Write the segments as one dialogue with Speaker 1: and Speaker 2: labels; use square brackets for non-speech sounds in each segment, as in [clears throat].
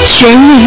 Speaker 1: 问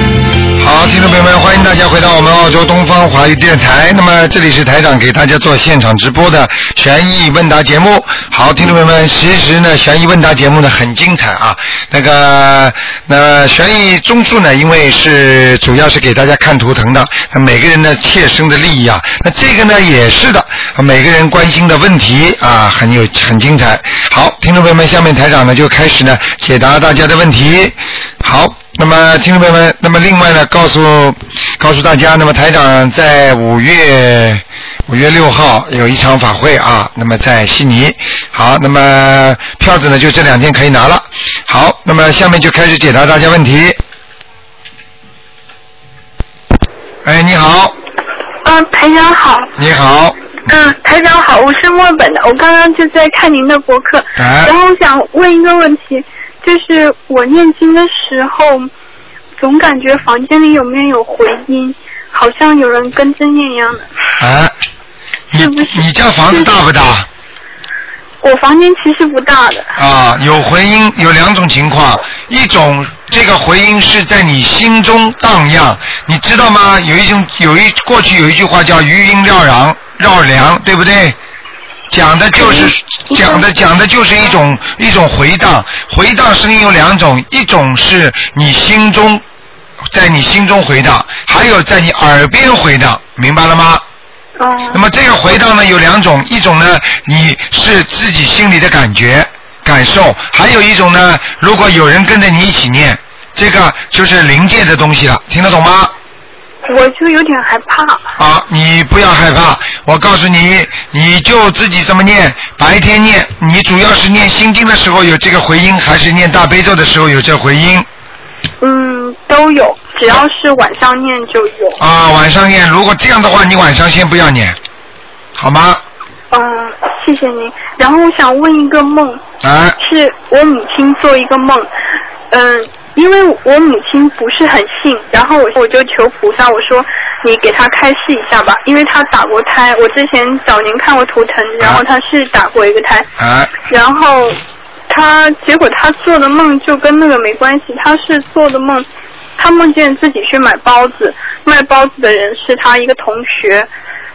Speaker 2: 好，听众朋友们，欢迎大家回到我们澳洲东方华语电台。那么这里是台长给大家做现场直播的悬疑问答节目。好，听众朋友们，其实呢，悬疑问答节目呢很精彩啊。那个，那悬疑综述呢，因为是主要是给大家看图腾的，那每个人的切身的利益啊。那这个呢也是的，每个人关心的问题啊，很有很精彩。好，听众朋友们，下面台长呢就开始呢解答大家的问题。好。那么，听众朋友们，那么另外呢，告诉告诉大家，那么台长在五月五月六号有一场法会啊，那么在悉尼。好，那么票子呢就这两天可以拿了。好，那么下面就开始解答大家问题。哎，你好，
Speaker 3: 嗯，台长好。
Speaker 2: 你好，
Speaker 3: 嗯，台长好，我是墨尔本的，我刚刚就在看您的博客，
Speaker 2: 哎
Speaker 3: 然后我想问一个问题，就是我念经的时候，总感觉房间里有没有回音，好像有人跟着念一样的。
Speaker 2: 哎，你
Speaker 3: 是不是
Speaker 2: 你家房子大不大？
Speaker 3: 我房间其实不大的，
Speaker 2: 啊，有回音，有两种情况，一种这个回音是在你心中荡漾，你知道吗？有一种有一过去有一句话叫余音绕梁，绕梁，对不对？讲的就是
Speaker 3: 嗯
Speaker 2: 讲的讲的就是一种一种回荡，回荡声音有两种，一种是你心中在你心中回荡，还有在你耳边回荡，明白了吗？
Speaker 3: 哦、
Speaker 2: 那么这个回荡呢有两种，一种呢你是自己心里的感觉感受，还有一种呢，如果有人跟着你一起念，这个就是灵界的东西了，听得懂吗？
Speaker 3: 我就有点害怕。
Speaker 2: 啊，你不要害怕，我告诉你，你就自己这么念，白天念，你主要是念心经的时候有这个回音，还是念大悲咒的时候有这回音？
Speaker 3: 嗯，都有，只要是晚上念就有。
Speaker 2: 啊，晚上念，如果这样的话，你晚上先不要念，好吗？
Speaker 3: 嗯，谢谢您。然后我想问一个梦，
Speaker 2: 啊，
Speaker 3: 是我母亲做一个梦，嗯，因为我母亲不是很信，然后我我就求菩萨，我说你给她开示一下吧，因为她打过胎，我之前早年看过图腾，然后她是打过一个胎，
Speaker 2: 啊，
Speaker 3: 然后她结果她做的梦就跟那个没关系，她是做的梦，她梦见自己去买包子，卖包子的人是她一个同学，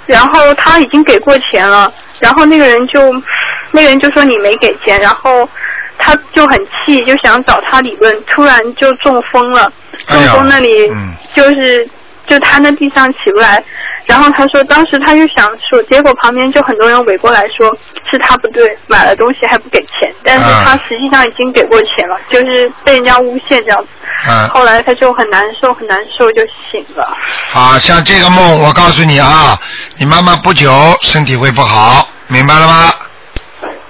Speaker 3: 然后她已经给过钱了，然后那个人就那个人就说你没给钱，然后她就很气，就想找他理论，突然就中风了，中
Speaker 2: 哎呀
Speaker 3: 风那里
Speaker 2: 嗯
Speaker 3: 就是。就瘫在地上起不来，然后他说，当时他就想说，结果旁边就很多人围过来说，是他不对，买了东西还不给钱，但是
Speaker 2: 啊
Speaker 3: 他实际上已经给过钱了，就是被人家诬陷这样子。
Speaker 2: 啊。
Speaker 3: 后来他就很难受，很难受就醒了。
Speaker 2: 好像这个梦，我告诉你啊，你妈妈不久身体会不好，明白了吗？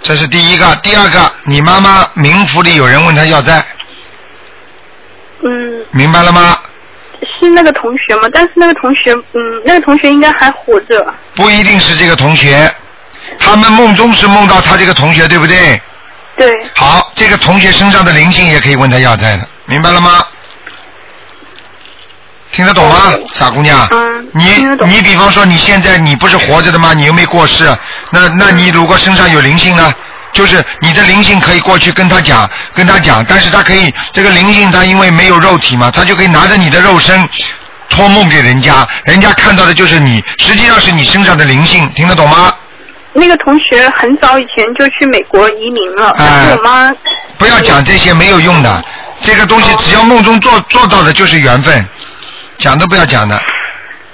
Speaker 2: 这是第一个，第二个，你妈妈冥府里有人问她要债，
Speaker 3: 嗯，
Speaker 2: 明白了吗？
Speaker 3: 是那个同学嘛，但是那个同学，嗯，那个同学应该还活着。
Speaker 2: 不一定是这个同学，他们梦中是梦到他这个同学，对不对？
Speaker 3: 对，
Speaker 2: 好，这个同学身上的灵性也可以问他要债的，明白了吗？听得懂吗，傻姑娘？
Speaker 3: 嗯
Speaker 2: 你
Speaker 3: 听得懂
Speaker 2: 你比方说你现在你不是活着的吗？你又没过世，那那
Speaker 3: 嗯
Speaker 2: 你如果身上有灵性呢？就是你的灵性可以过去跟他讲，跟他讲，但是他可以这个灵性他因为没有肉体嘛，他就可以拿着你的肉身托梦给人家，人家看到的就是你，实际上是你身上的灵性，听得懂吗？
Speaker 3: 那个同学很早以前就去美国移民了，哦但
Speaker 2: 哎
Speaker 3: 是我妈，
Speaker 2: 不要讲这些没有用的，这个东西只要梦中做做到的就是缘分，讲都不要讲的。
Speaker 3: 哦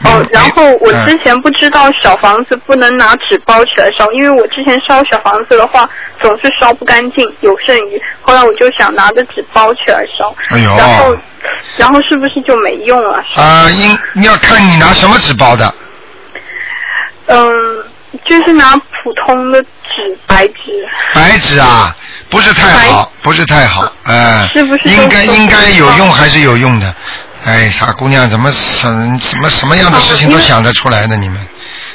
Speaker 2: 嗯，
Speaker 3: 然后我
Speaker 2: 嗯
Speaker 3: 之前不知道小房子不能拿纸包起来烧，因为我之前烧小房子的话总是烧不干净，有剩余。后来我就想拿着纸包起来烧，
Speaker 2: 哎呦
Speaker 3: 然后然后是不是就没用了？
Speaker 2: 啊，应你要看你拿什么纸包的，
Speaker 3: 嗯，就是拿普通的纸，白纸。
Speaker 2: 白纸啊，不是太好
Speaker 3: 白，
Speaker 2: 不是太好，哎、
Speaker 3: 是不是
Speaker 2: 应该
Speaker 3: 都是
Speaker 2: 应该有
Speaker 3: 哦
Speaker 2: 用还是有用的。哎，傻姑娘，怎么什什么什么样的事情
Speaker 3: 哦因
Speaker 2: 都
Speaker 3: 为
Speaker 2: 想得出来呢？你们，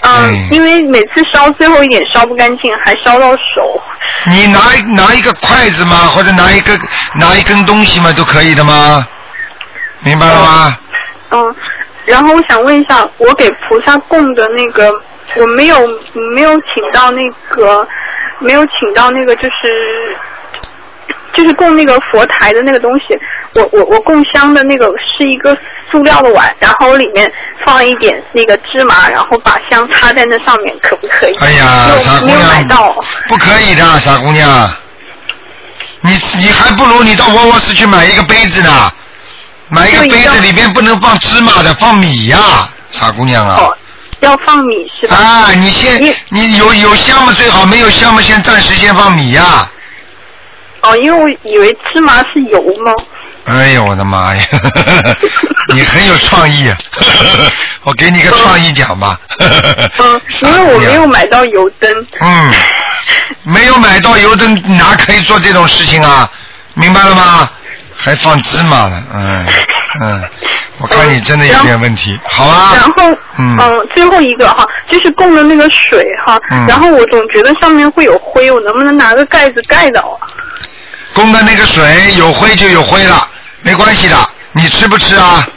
Speaker 3: 嗯，因为每次烧最后一点烧不干净，还烧到手。
Speaker 2: 你拿一拿一个筷子吗？或者拿一个拿一根东西嘛，都可以的吗？明白了吗？
Speaker 3: 嗯，然后我想问一下，我给菩萨供的那个，我没有没有请到那个，没有请到那个就是就是供那个佛台的那个东西，我我我供香的那个是一个塑料的碗，然后里面放一点那个芝麻，然后把香插在那上面，可不可以？
Speaker 2: 哎呀
Speaker 3: 因为，哦
Speaker 2: 傻
Speaker 3: 我
Speaker 2: 姑
Speaker 3: 没有买
Speaker 2: 娘
Speaker 3: 到。，
Speaker 2: 不可以的，傻姑娘，你你还不如你到沃沃斯去买一个杯子呢，买一个
Speaker 3: 就一
Speaker 2: 杯子
Speaker 3: 个
Speaker 2: 里边不能放芝麻的，放米呀、傻姑娘啊。
Speaker 3: 哦，要放米是吧？
Speaker 2: 啊，你先
Speaker 3: 你
Speaker 2: 你有有香嘛最好，没有香嘛先暂时先放米呀、
Speaker 3: 哦，因为我以为芝麻是油吗？
Speaker 2: 哎呦我的妈呀！ [laughs] 你很有创
Speaker 3: [laughs]
Speaker 2: 意、啊，我给你个创意奖吧。
Speaker 3: 嗯，因
Speaker 2: [laughs]
Speaker 3: 为我没有买到油灯。
Speaker 2: 嗯，没有买到油灯，哪可以做这种事情啊？明白了吗？还放芝麻呢，嗯嗯，我看你真的有点问题，好啊。
Speaker 3: 哦然后，呃
Speaker 2: 嗯
Speaker 3: 最后一个哈，就是供的那个水哈，
Speaker 2: 嗯
Speaker 3: 然后我总觉得上面会有灰，我能不能拿个盖子盖到啊？
Speaker 2: 供的那个水有灰就有灰了，没关系的。你吃不吃啊？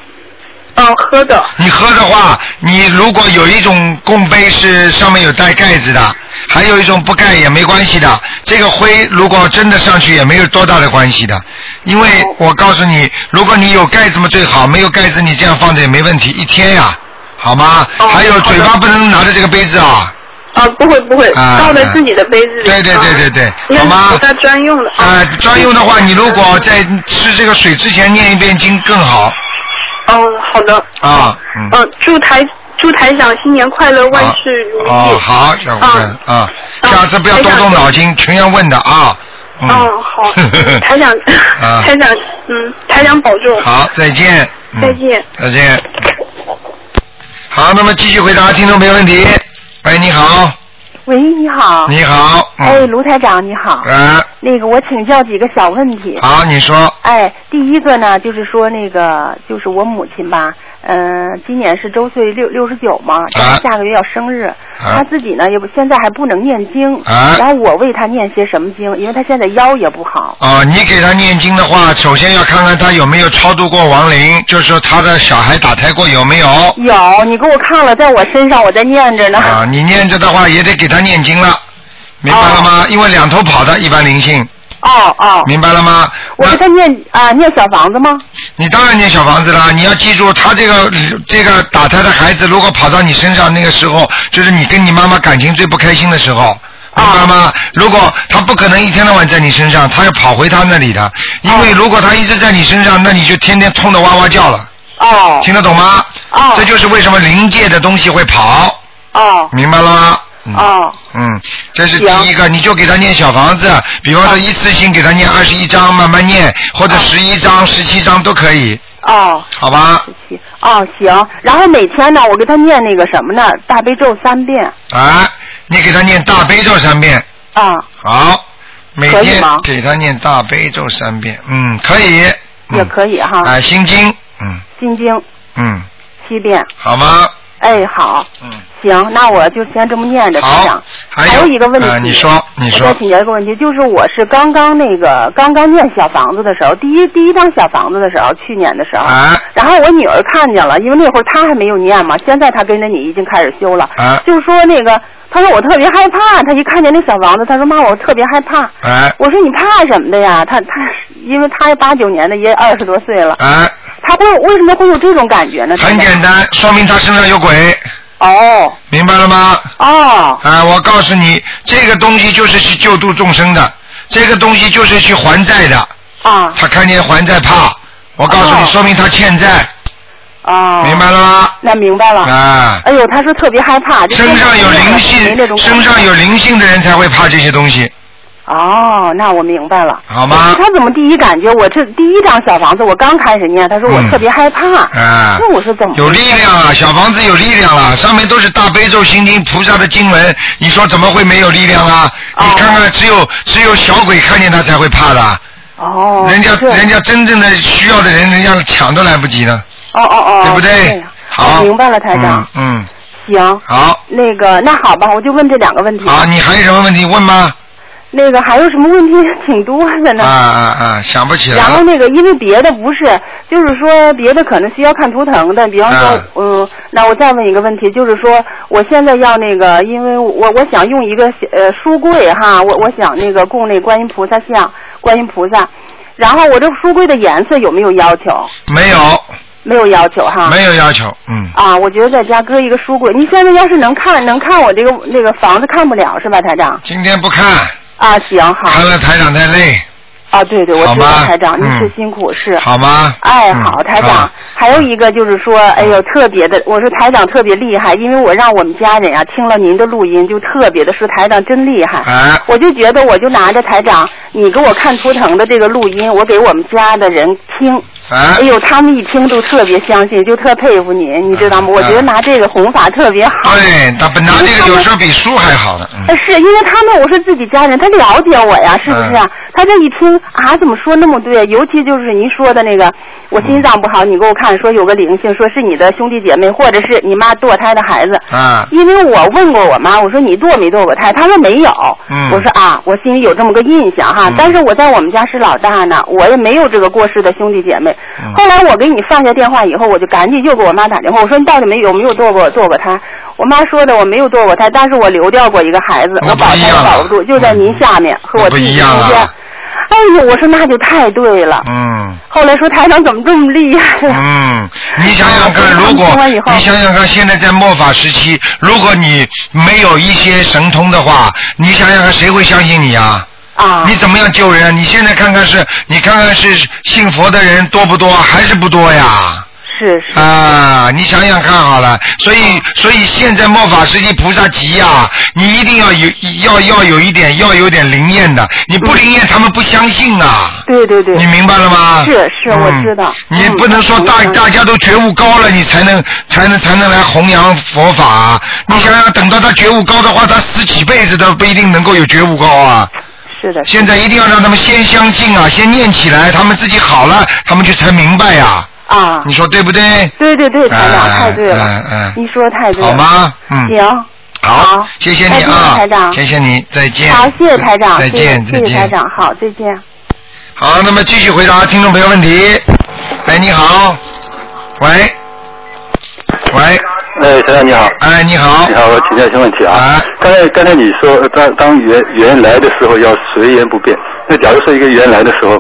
Speaker 3: 嗯，喝的。
Speaker 2: 你喝的话，你如果有一种供杯是上面有带盖子的，还有一种不盖也没关系的。这个灰如果真的上去也没有多大的关系的，因为我告诉你，如果你有盖子嘛最好，没有盖子你这样放着也没问题，一天呀、好吗？
Speaker 3: 哦
Speaker 2: 还有
Speaker 3: 好的
Speaker 2: 嘴巴不能拿着这个杯子啊，
Speaker 3: 啊，不会不会，
Speaker 2: 啊
Speaker 3: 倒在自己的杯子里。
Speaker 2: 对对对对对
Speaker 3: 啊那
Speaker 2: 好吗
Speaker 3: 是菩萨专用的。
Speaker 2: 啊、专用的话，你如果在吃这个水之前念一遍经更好
Speaker 3: 嗯，好的。
Speaker 2: 啊，嗯。
Speaker 3: 嗯，祝台祝台长新年快乐，万事如意。
Speaker 2: 哦，好，小姑娘啊，下次不要多动脑筋，全要问的啊。嗯，
Speaker 3: 哦，好
Speaker 2: [laughs]
Speaker 3: 台长，
Speaker 2: 啊
Speaker 3: 台长，嗯，台长保重。
Speaker 2: 好，再见。嗯
Speaker 3: 再见。
Speaker 2: 再见。好，那么继续回答听众没问题。喂，你好，
Speaker 4: 喂，你好。
Speaker 2: 你好。嗯
Speaker 4: 哎，。卢台长，你好。
Speaker 2: 哎，
Speaker 4: 那个，我请教几个小问题。
Speaker 2: 好，你说。
Speaker 4: 哎，第一个呢，就是说那个，就是我母亲吧，嗯、今年是周岁六六十九
Speaker 2: 啊
Speaker 4: 嘛，但是下个月要生日，她自己呢也不现在还不能念经，
Speaker 2: 啊
Speaker 4: 然后我为她念些什么经，因为她现在腰也不好，
Speaker 2: 啊，你给他念经的话，首先要看看他有没有超度过亡灵，就是说他的小孩打胎过有没有。
Speaker 4: 有你给我看了，在我身上，我在念着呢。
Speaker 2: 啊，你念着的话也得给他念经了，明白了吗？因为两头跑的，一般灵性，
Speaker 4: 哦哦，
Speaker 2: 明白了吗？
Speaker 4: 我
Speaker 2: 那
Speaker 4: 给她念啊、念小房子吗？
Speaker 2: 你当然念小房子啦，你要记住，他这个这个打胎的孩子，如果跑到你身上，那个时候就是你跟你妈妈感情最不开心的时候。明白
Speaker 4: 哦
Speaker 2: 吗？如果他不可能一天到晚在你身上，他要跑回他那里的，因
Speaker 4: 哦
Speaker 2: 为如果他一直在你身上，那你就天天痛得哇哇叫了，
Speaker 4: 哦
Speaker 2: 听得懂吗？
Speaker 4: 哦
Speaker 2: 这就是为什么灵界的东西会跑，
Speaker 4: 哦
Speaker 2: 明白了吗？嗯
Speaker 4: 哦
Speaker 2: 嗯，这是第一个，你就给他念小房子，比
Speaker 4: 哦
Speaker 2: 方说一次性给他念二十一章，慢慢念，或者十一章、十七章都可以，
Speaker 4: 哦，
Speaker 2: 好吧？
Speaker 4: 哦，行。然后每天呢，我给他念那个什么呢？大悲咒三遍
Speaker 2: 啊，你给他念大悲咒三遍，
Speaker 4: 啊。
Speaker 2: 好，每
Speaker 4: 可以
Speaker 2: 天
Speaker 4: 吗
Speaker 2: 给他念大悲咒三遍，嗯，可以，嗯、
Speaker 4: 也可以哈
Speaker 2: 啊，心经，嗯
Speaker 4: 心经
Speaker 2: 嗯，
Speaker 4: 七遍。
Speaker 2: 好吗？
Speaker 4: 哎，好，
Speaker 2: 嗯，
Speaker 4: 行，那我就先这么念着，台
Speaker 2: 好
Speaker 4: 长。，
Speaker 2: 有
Speaker 4: 有一个问题，
Speaker 2: 啊你说，你
Speaker 4: 我
Speaker 2: 说
Speaker 4: 再，请教一个问题，就是我是刚刚那个刚刚念小房子的时候，第一第一张小房子的时候，去年的时候。
Speaker 2: 啊
Speaker 4: 然后我女儿看见了，因为那会儿她还没有念嘛，现在她跟着你已经开始修了。
Speaker 2: 啊
Speaker 4: 就是说那个，她说我特别害怕，她一看见那小房子，她说妈，我特别害怕。
Speaker 2: 哎
Speaker 4: 我说你怕什么的呀？她她，因为她八九年的，也二十多岁了，
Speaker 2: 哎，
Speaker 4: 她会为什么会有这种感觉呢？真
Speaker 2: 很
Speaker 4: 的
Speaker 2: 简单，说明他身上有鬼，
Speaker 4: 哦
Speaker 2: 明白了吗？
Speaker 4: 哦
Speaker 2: 啊，我告诉你，这个东西就是去救度众生的，这个东西就是去还债的。
Speaker 4: 啊
Speaker 2: 他看见还债怕，我告诉你，
Speaker 4: 哦
Speaker 2: 说明他欠债，
Speaker 4: 哦，
Speaker 2: 明白了吗？
Speaker 4: 那明白了。
Speaker 2: 啊，
Speaker 4: 哎呦，他说特别害怕，就
Speaker 2: 身上有灵
Speaker 4: 没那种感觉
Speaker 2: 性，身上有灵性的人才会怕这些东西，
Speaker 4: 哦，那我明白了。
Speaker 2: 好吗
Speaker 4: 他怎么第一感觉？我这第一张小房子，我刚开始念，他说我
Speaker 2: 嗯
Speaker 4: 特别害怕。
Speaker 2: 啊。
Speaker 4: 那我是怎么？
Speaker 2: 有力量啊，小房子有力量了，上面都是大悲咒、心经、菩萨的经文，你说怎么会没有力量啊？
Speaker 4: 哦
Speaker 2: 你看看，只有只有小鬼看见他才会怕的，
Speaker 4: 哦，
Speaker 2: 人家
Speaker 4: 是
Speaker 2: 人家真正的需要的人，人家抢都来不及呢。
Speaker 4: 哦哦哦，
Speaker 2: 对不
Speaker 4: 这
Speaker 2: 对
Speaker 4: 样？
Speaker 2: 好，
Speaker 4: 我明白了，台长。
Speaker 2: 嗯，嗯
Speaker 4: 行，
Speaker 2: 好，
Speaker 4: 那个那好吧，我就问这两个问题。
Speaker 2: 好，你还有什么问题问吗？
Speaker 4: 那个还有什么问题挺多的呢？
Speaker 2: 啊啊啊！想不起来。
Speaker 4: 然后那个，因为别的不是，就是说别的可能需要看图腾的，比方说，
Speaker 2: 啊
Speaker 4: 嗯，那我再问一个问题，就是说我现在要那个，因为我我想用一个呃书柜哈，我我想那个供那观音菩萨像，观音菩萨。然后我这书柜的颜色有没有要求？
Speaker 2: 没有，
Speaker 4: 没有要求哈。
Speaker 2: 没有要求，嗯，
Speaker 4: 啊，我觉得在家搁一个书柜，你现在要是能看能看我这个那个房子看不了是吧，台长？
Speaker 2: 今天不看，
Speaker 4: 啊，行好
Speaker 2: 看了台长太累，
Speaker 4: 啊，对对，我
Speaker 2: 好
Speaker 4: 知道
Speaker 2: 吧
Speaker 4: 台长，您
Speaker 2: 嗯
Speaker 4: 是辛苦是。
Speaker 2: 好吗？
Speaker 4: 哎，
Speaker 2: 嗯
Speaker 4: 好，台长，
Speaker 2: 啊嗯
Speaker 4: 还有一个就是说，哎呦，特别的，我说台长特别厉害，因为我让我们家人啊听了您的录音，就特别的说台长真厉害。
Speaker 2: 哎，
Speaker 4: 我就觉得，我就拿着台长你给我看图腾的这个录音，我给我们家的人听，哎
Speaker 2: 哎，
Speaker 4: 呦，他们一听都特别相信，就特佩服您，你知道吗？
Speaker 2: 嗯
Speaker 4: 我觉得拿这个弘法特别好。
Speaker 2: 对，他本拿这个有时候比书还好呢，嗯
Speaker 4: 呃，是因为他们我是自己家人，他了解我呀，是不是、啊？
Speaker 2: 嗯
Speaker 4: 他这一听啊，怎么说那么对？尤其就是您说的那个，我心脏不好，你给我看说有个灵性，说是你的兄弟姐妹，或者是你妈堕胎的孩子。
Speaker 2: 啊，
Speaker 4: 因为我问过我妈，我说你堕没堕过胎，她说没有。
Speaker 2: 嗯
Speaker 4: 我说啊，我心里有这么个印象哈，
Speaker 2: 嗯
Speaker 4: 但是我在我们家是老大呢，我也没有这个过世的兄弟姐妹。
Speaker 2: 嗯
Speaker 4: 后来我给你放下电话以后，我就赶紧又给我妈打电话，我说你到底没有没有堕过堕过胎？我妈说的我没有堕过胎，但是我流掉过一个孩子，
Speaker 2: 那
Speaker 4: 我
Speaker 2: 不
Speaker 4: 保
Speaker 2: 一
Speaker 4: 胎
Speaker 2: 样
Speaker 4: 也保
Speaker 2: 了
Speaker 4: 不住，就在您下面、和我
Speaker 2: 那不
Speaker 4: 弟弟
Speaker 2: 一
Speaker 4: 中
Speaker 2: 样啊
Speaker 4: 间
Speaker 2: 了。
Speaker 4: 哎呦，我说那就太对了。
Speaker 2: 嗯。
Speaker 4: 后来说台长怎么这么厉害呀、
Speaker 2: 嗯，你想想看，如果
Speaker 4: 听完以后
Speaker 2: 你想想看，现在在末法时期，如果你没有一些神通的话，你想想看，谁会相信你啊？
Speaker 4: 啊
Speaker 2: 你怎么样救人？你现在看看是，你看看是信佛的人多不多，还是不多呀？
Speaker 4: 是是嗯
Speaker 2: 啊，你想想看好了，所以所以现在末法时期菩萨急呀、你一定要有要要有一点要有点灵验的，你不灵验他们不相信啊。
Speaker 4: 对对对。
Speaker 2: 你明白了吗？
Speaker 4: 是是
Speaker 2: 嗯
Speaker 4: 我知道
Speaker 2: 你
Speaker 4: 嗯
Speaker 2: 不能说大
Speaker 4: 嗯
Speaker 2: 大家都觉悟高了，你才能才能才能来弘扬佛法。啊你想想，等到他觉悟高的话，他死几辈子都不一定能够有觉悟高啊。
Speaker 4: 是的，
Speaker 2: 现在一定要让他们先相信啊，先念起来，他们自己好了，他们就才明白呀、
Speaker 4: 啊，
Speaker 2: 你说对不对？
Speaker 4: 对对对，台长、
Speaker 2: 哎
Speaker 4: 太对了，
Speaker 2: 哎哎
Speaker 4: 你说的太对了，
Speaker 2: 好？吗？嗯，
Speaker 4: 行，
Speaker 2: 好
Speaker 4: 好，
Speaker 2: 谢谢你
Speaker 4: 再见
Speaker 2: 啊，
Speaker 4: 台长
Speaker 2: 谢谢你，再见。
Speaker 4: 好，谢谢台长，
Speaker 2: 再见，
Speaker 4: 谢谢
Speaker 2: 再
Speaker 4: 谢谢
Speaker 2: 见
Speaker 4: 台。长，好，再见。
Speaker 2: 好，那么继续回答听众朋友问题。哎，你好，喂，喂，
Speaker 5: 哎，台长你好。
Speaker 2: 哎，你好
Speaker 5: 你，好，我请教一些问题啊
Speaker 2: 啊。
Speaker 5: 刚才刚才你说，呃当当缘缘来的时候要随缘不变。那假如说一个缘来的时候，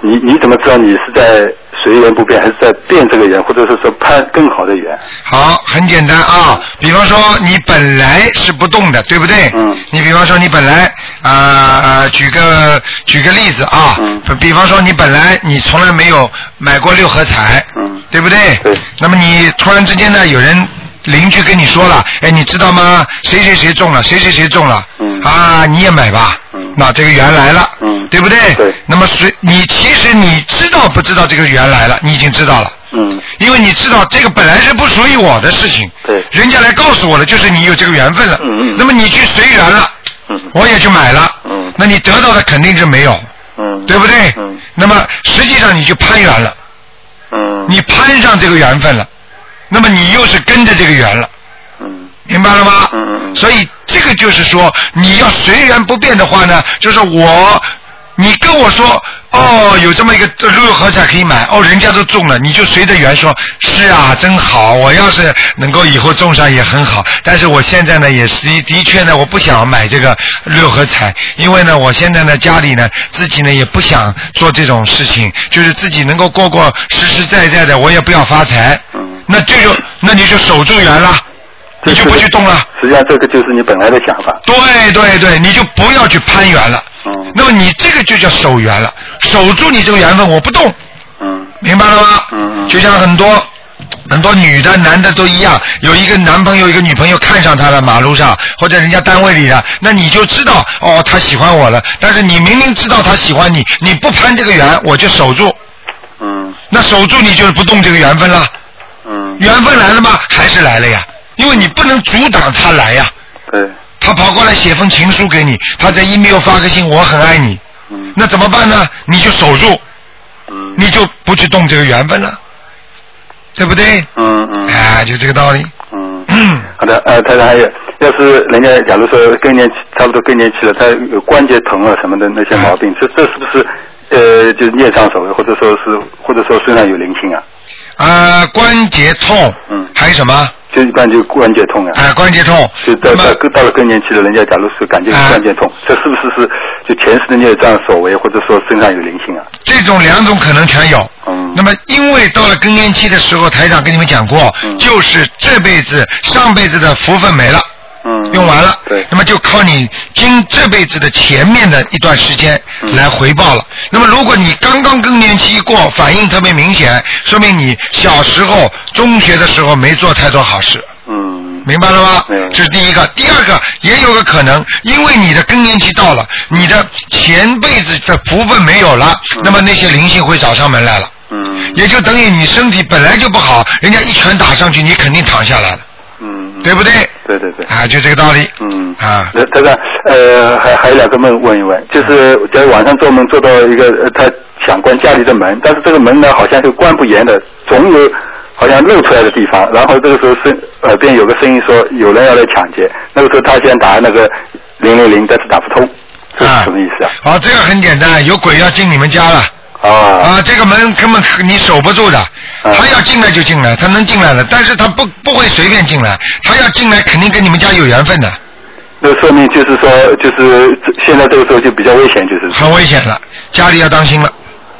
Speaker 5: 你你怎么知道你是在随缘不变，还是在变这个缘，或者是说攀更好的缘？
Speaker 2: 好，很简单啊。比方说，你本来是不动的，对不对？
Speaker 5: 嗯
Speaker 2: 你比方说，你本来啊啊、呃举个举个例子啊，
Speaker 5: 嗯
Speaker 2: 比比方说，你本来你从来没有买过六合彩，
Speaker 5: 嗯
Speaker 2: 对不对？
Speaker 5: 对
Speaker 2: 那么你突然之间呢，有人邻居跟你说了，哎，你知道吗？谁谁谁中了，谁谁谁中了，
Speaker 5: 嗯
Speaker 2: 啊，你也买吧，
Speaker 5: 嗯
Speaker 2: 那这个缘来了，
Speaker 5: 嗯
Speaker 2: 对不对？
Speaker 5: 对
Speaker 2: 那么随你其实你知道不知道这个缘来了，你已经知道了。
Speaker 5: 嗯
Speaker 2: 因为你知道这个本来是不属于我的事情，
Speaker 5: 对
Speaker 2: 人家来告诉我了，就是你有这个缘分了，
Speaker 5: 嗯嗯
Speaker 2: 那么你去随缘了，
Speaker 5: 嗯
Speaker 2: 我也去买了，
Speaker 5: 嗯
Speaker 2: 那你得到的肯定是没有，
Speaker 5: 嗯，
Speaker 2: 对不对？
Speaker 5: 嗯
Speaker 2: 那么实际上你就攀缘了，
Speaker 5: 嗯，
Speaker 2: 你攀上这个缘分了，那么你又是跟着这个缘了，
Speaker 5: 嗯
Speaker 2: 明白了吗？
Speaker 5: 嗯嗯嗯
Speaker 2: 所以这个就是说，你要随缘不变的话呢，就是我，你跟我说，哦，有这么一个六合彩可以买，哦，人家都中了，你就随着缘说，是啊，真好，我要是能够以后中上也很好，但是我现在呢，也是的确呢，我不想买这个六合彩，因为呢，我现在呢家里呢自己呢也不想做这种事情，就是自己能够过过实实在在的，我也不要发财，
Speaker 5: 嗯
Speaker 2: 那这就那你就守住缘了。你就不去动了。
Speaker 5: 实际上这个就是你本来的想法。
Speaker 2: 对对对，你就不要去攀缘了。
Speaker 5: 嗯
Speaker 2: 那么你这个就叫守缘了，守住你这个缘分，我不动，
Speaker 5: 嗯
Speaker 2: 明白了吗？
Speaker 5: 嗯嗯
Speaker 2: 就像很多很多女的、男的都一样，有一个男朋友、一个女朋友看上他了，马路上或者人家单位里的，那你就知道哦，他喜欢我了。但是你明明知道他喜欢你，你不攀这个缘，我就守住。
Speaker 5: 嗯
Speaker 2: 那守住你就是不动这个缘分了，
Speaker 5: 嗯，
Speaker 2: 缘分来了吗？还是来了呀？因为你不能阻挡他来呀。
Speaker 5: 对，
Speaker 2: 他跑过来写封情书给你，他在 email 发个信，我很爱你，
Speaker 5: 嗯
Speaker 2: 那怎么办呢？你就守住，
Speaker 5: 嗯
Speaker 2: 你就不去动这个缘分了，对不对？
Speaker 5: 嗯嗯
Speaker 2: 哎，就这个道理。
Speaker 5: 嗯。
Speaker 2: 嗯，
Speaker 5: 好的，呃，台长还有要是人家假如说更年期差不多更年期了，他有关节疼啊什么的那些毛病，这这是不是呃就是孽障所为，或者说是或者说身上有灵性啊？
Speaker 2: 呃，关节痛，
Speaker 5: 嗯
Speaker 2: 还有什么？
Speaker 5: 就一般就关节痛啊。
Speaker 2: 哎、关节痛
Speaker 5: 就，到
Speaker 2: 那么哎
Speaker 5: 到到了更年期了，人家假如是感觉有关节痛，这是不是是就前世的孽障所为，或者说身上有灵性啊？
Speaker 2: 这种两种可能全有。
Speaker 5: 嗯
Speaker 2: 那么，因为到了更年期的时候，台长跟你们讲过，
Speaker 5: 嗯
Speaker 2: 就是这辈子、上辈子的福分没了，
Speaker 5: 嗯，
Speaker 2: 用完了，
Speaker 5: 对
Speaker 2: 那么就靠你今这辈子的前面的一段时间
Speaker 5: 嗯
Speaker 2: 来回报了。那么，如果你刚刚更年期一过，反应特别明显，说明你小时候、中学的时候没做太多好事。
Speaker 5: 嗯，
Speaker 2: 明白了吗？
Speaker 5: 嗯
Speaker 2: 这是第一个，第二个也有个可能，因为你的更年期到了，你的前辈子的福分没有了，
Speaker 5: 嗯
Speaker 2: 那么那些灵性会找上门来了，
Speaker 5: 嗯，
Speaker 2: 也就等于你身体本来就不好，人家一拳打上去，你肯定躺下来了，
Speaker 5: 嗯，
Speaker 2: 对不对？
Speaker 5: 对对对，
Speaker 2: 啊，就这个道理。
Speaker 5: 嗯
Speaker 2: 啊嗯
Speaker 5: 那台长，呃，还还有两个梦问一问，就是在晚上做梦做到一个，呃他想关家里的门，但是这个门呢好像就关不严的，总有好像露出来的地方。然后这个时候声耳边有个声音说有人要来抢劫，那个时候他先打那个零零零，但是打不通，这是
Speaker 2: 啊
Speaker 5: 什么意思啊？
Speaker 2: 啊，这个很简单，有鬼要进你们家了
Speaker 5: 啊，嗯
Speaker 2: 啊！这个门根本你守不住的，他要进来就进来，他能进来的，但是他不不会随便进来，他要进来肯定跟你们家有缘分的。
Speaker 5: 那说明就是说，就是这现在这个时候就比较危险，就是
Speaker 2: 很危险了，家里要当心了。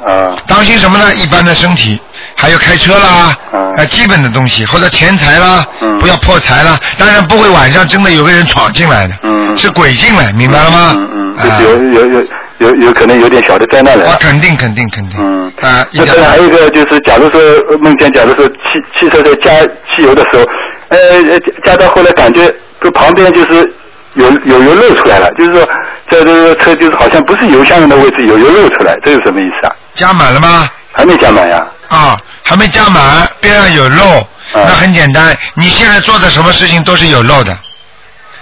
Speaker 5: 啊，
Speaker 2: 当心什么呢？一般的身体，还有开车啦，
Speaker 5: 嗯
Speaker 2: 呃，基本的东西，或者钱财啦，
Speaker 5: 嗯
Speaker 2: 不要破财啦。当然不会晚上真的有个人闯进来的，
Speaker 5: 嗯
Speaker 2: 是鬼进来，明白了吗？
Speaker 5: 嗯嗯，
Speaker 2: 啊
Speaker 5: 就是有有有有有可能有点小的灾难了。
Speaker 2: 啊，肯定肯定肯定，
Speaker 5: 嗯
Speaker 2: 啊，一
Speaker 5: 那当
Speaker 2: 定
Speaker 5: 然还有一个就是，假如说呃梦见，假如说汽汽车在加汽油的时候，呃，呃加加到后来感觉就旁边就是有有油漏出来了，就是说这这个车就是好像不是油箱的位置有油漏出来，这是什么意思啊？
Speaker 2: 加满了吗？
Speaker 5: 还没加满呀？
Speaker 2: 啊，还没加满，边上有漏，
Speaker 5: 嗯
Speaker 2: 那很简单，你现在做的什么事情都是有漏的，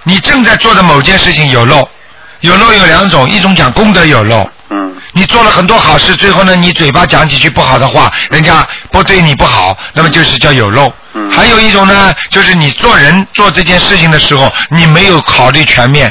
Speaker 2: 你正在做的某件事情有漏，有漏有两种，一种讲功德有漏，
Speaker 5: 嗯
Speaker 2: 你做了很多好事，最后呢，你嘴巴讲几句不好的话，人家不对你不好，那么就是叫有漏。
Speaker 5: 嗯
Speaker 2: 还有一种呢，就是你做人做这件事情的时候，你没有考虑全面，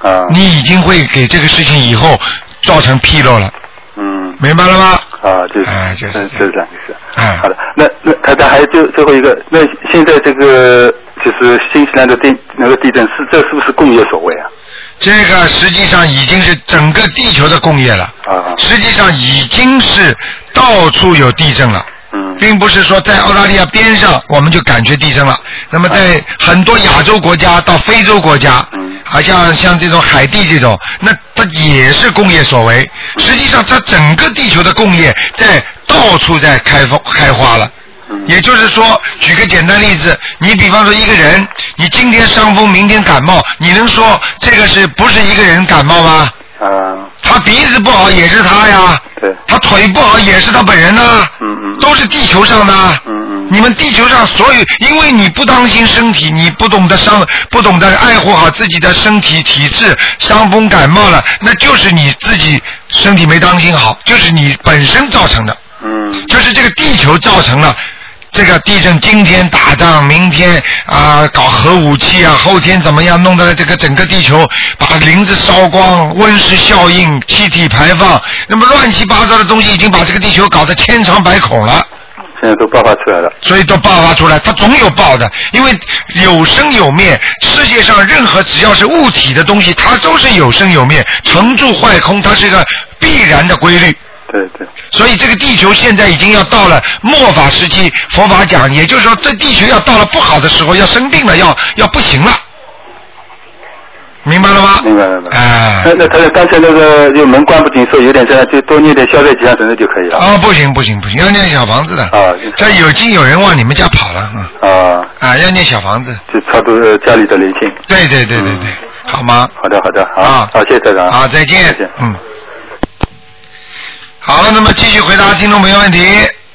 Speaker 5: 啊，
Speaker 2: 你已经会给这个事情以后造成纰漏了，
Speaker 5: 嗯
Speaker 2: 明白了吗？
Speaker 5: 啊，就是
Speaker 2: 哎就是
Speaker 5: 这
Speaker 2: 这
Speaker 5: 这是
Speaker 2: 样
Speaker 5: 两个事。
Speaker 2: 哎
Speaker 5: 好的，那那他他还有最最后一个，那现在这个就是新西兰的地那个地震是这是不是工业所为啊？
Speaker 2: 这个实际上已经是整个地球的共业了，
Speaker 5: 啊，
Speaker 2: 实际上已经是到处有地震了。
Speaker 5: 嗯
Speaker 2: 并不是说在澳大利亚边上我们就感觉地震了。那么在很多亚洲国家到非洲国家
Speaker 5: 嗯，
Speaker 2: 啊像像这种海地这种，那它也是工业所为。
Speaker 5: 嗯
Speaker 2: 实际上，它整个地球的工业在到处在开放开花了。
Speaker 5: 嗯
Speaker 2: 也就是说，举个简单例子，你比方说一个人，你今天伤风，明天感冒，你能说这个是不是一个人感冒吗？
Speaker 5: 啊，
Speaker 2: 他鼻子不好也是他呀，
Speaker 5: 对。
Speaker 2: 他腿不好也是他本人呐、
Speaker 5: 嗯嗯
Speaker 2: 都是地球上的。
Speaker 5: 嗯嗯
Speaker 2: 你们地球上所有，因为你不当心身体，你不懂得伤，不懂得爱护好自己的身体体质，伤风感冒了，那就是你自己身体没当心好，就是你本身造成的，
Speaker 5: 嗯
Speaker 2: 就是这个地球造成了。这个地震，今天打仗，明天啊、搞核武器啊，后天怎么样，弄得这个整个地球把林子烧光，温室效应、气体排放，那么乱七八糟的东西已经把这个地球搞得千疮百孔了。
Speaker 5: 现在都爆发出来了。
Speaker 2: 所以都爆发出来，它总有爆的，因为有生有灭。世界上任何只要是物体的东西，它都是有生有灭，成住坏空，它是一个必然的规律。
Speaker 5: 对对，
Speaker 2: 所以这个地球现在已经要到了末法时期，佛法讲，也就是说，这地球要到了不好的时候，要生病了，要要不行了，明白了吗？
Speaker 5: 明白明白
Speaker 2: 哎、
Speaker 5: 那那他刚才那个就门关不紧，说有点这样，就多念点消灾吉祥神咒就可以了。
Speaker 2: 哦，不行不行不行，要念小房子的。
Speaker 5: 啊
Speaker 2: 这有经有人往你们家跑了，嗯，
Speaker 5: 啊，
Speaker 2: 啊，要念小房子。
Speaker 5: 就超度呃家里的灵性。嗯
Speaker 2: 对对对对对，好吗？
Speaker 5: 好的好的，好，
Speaker 2: 啊
Speaker 5: 好，谢谢台长。
Speaker 2: 好，再见
Speaker 5: 再见。
Speaker 2: 嗯。好，那么继续回答听众朋友问题。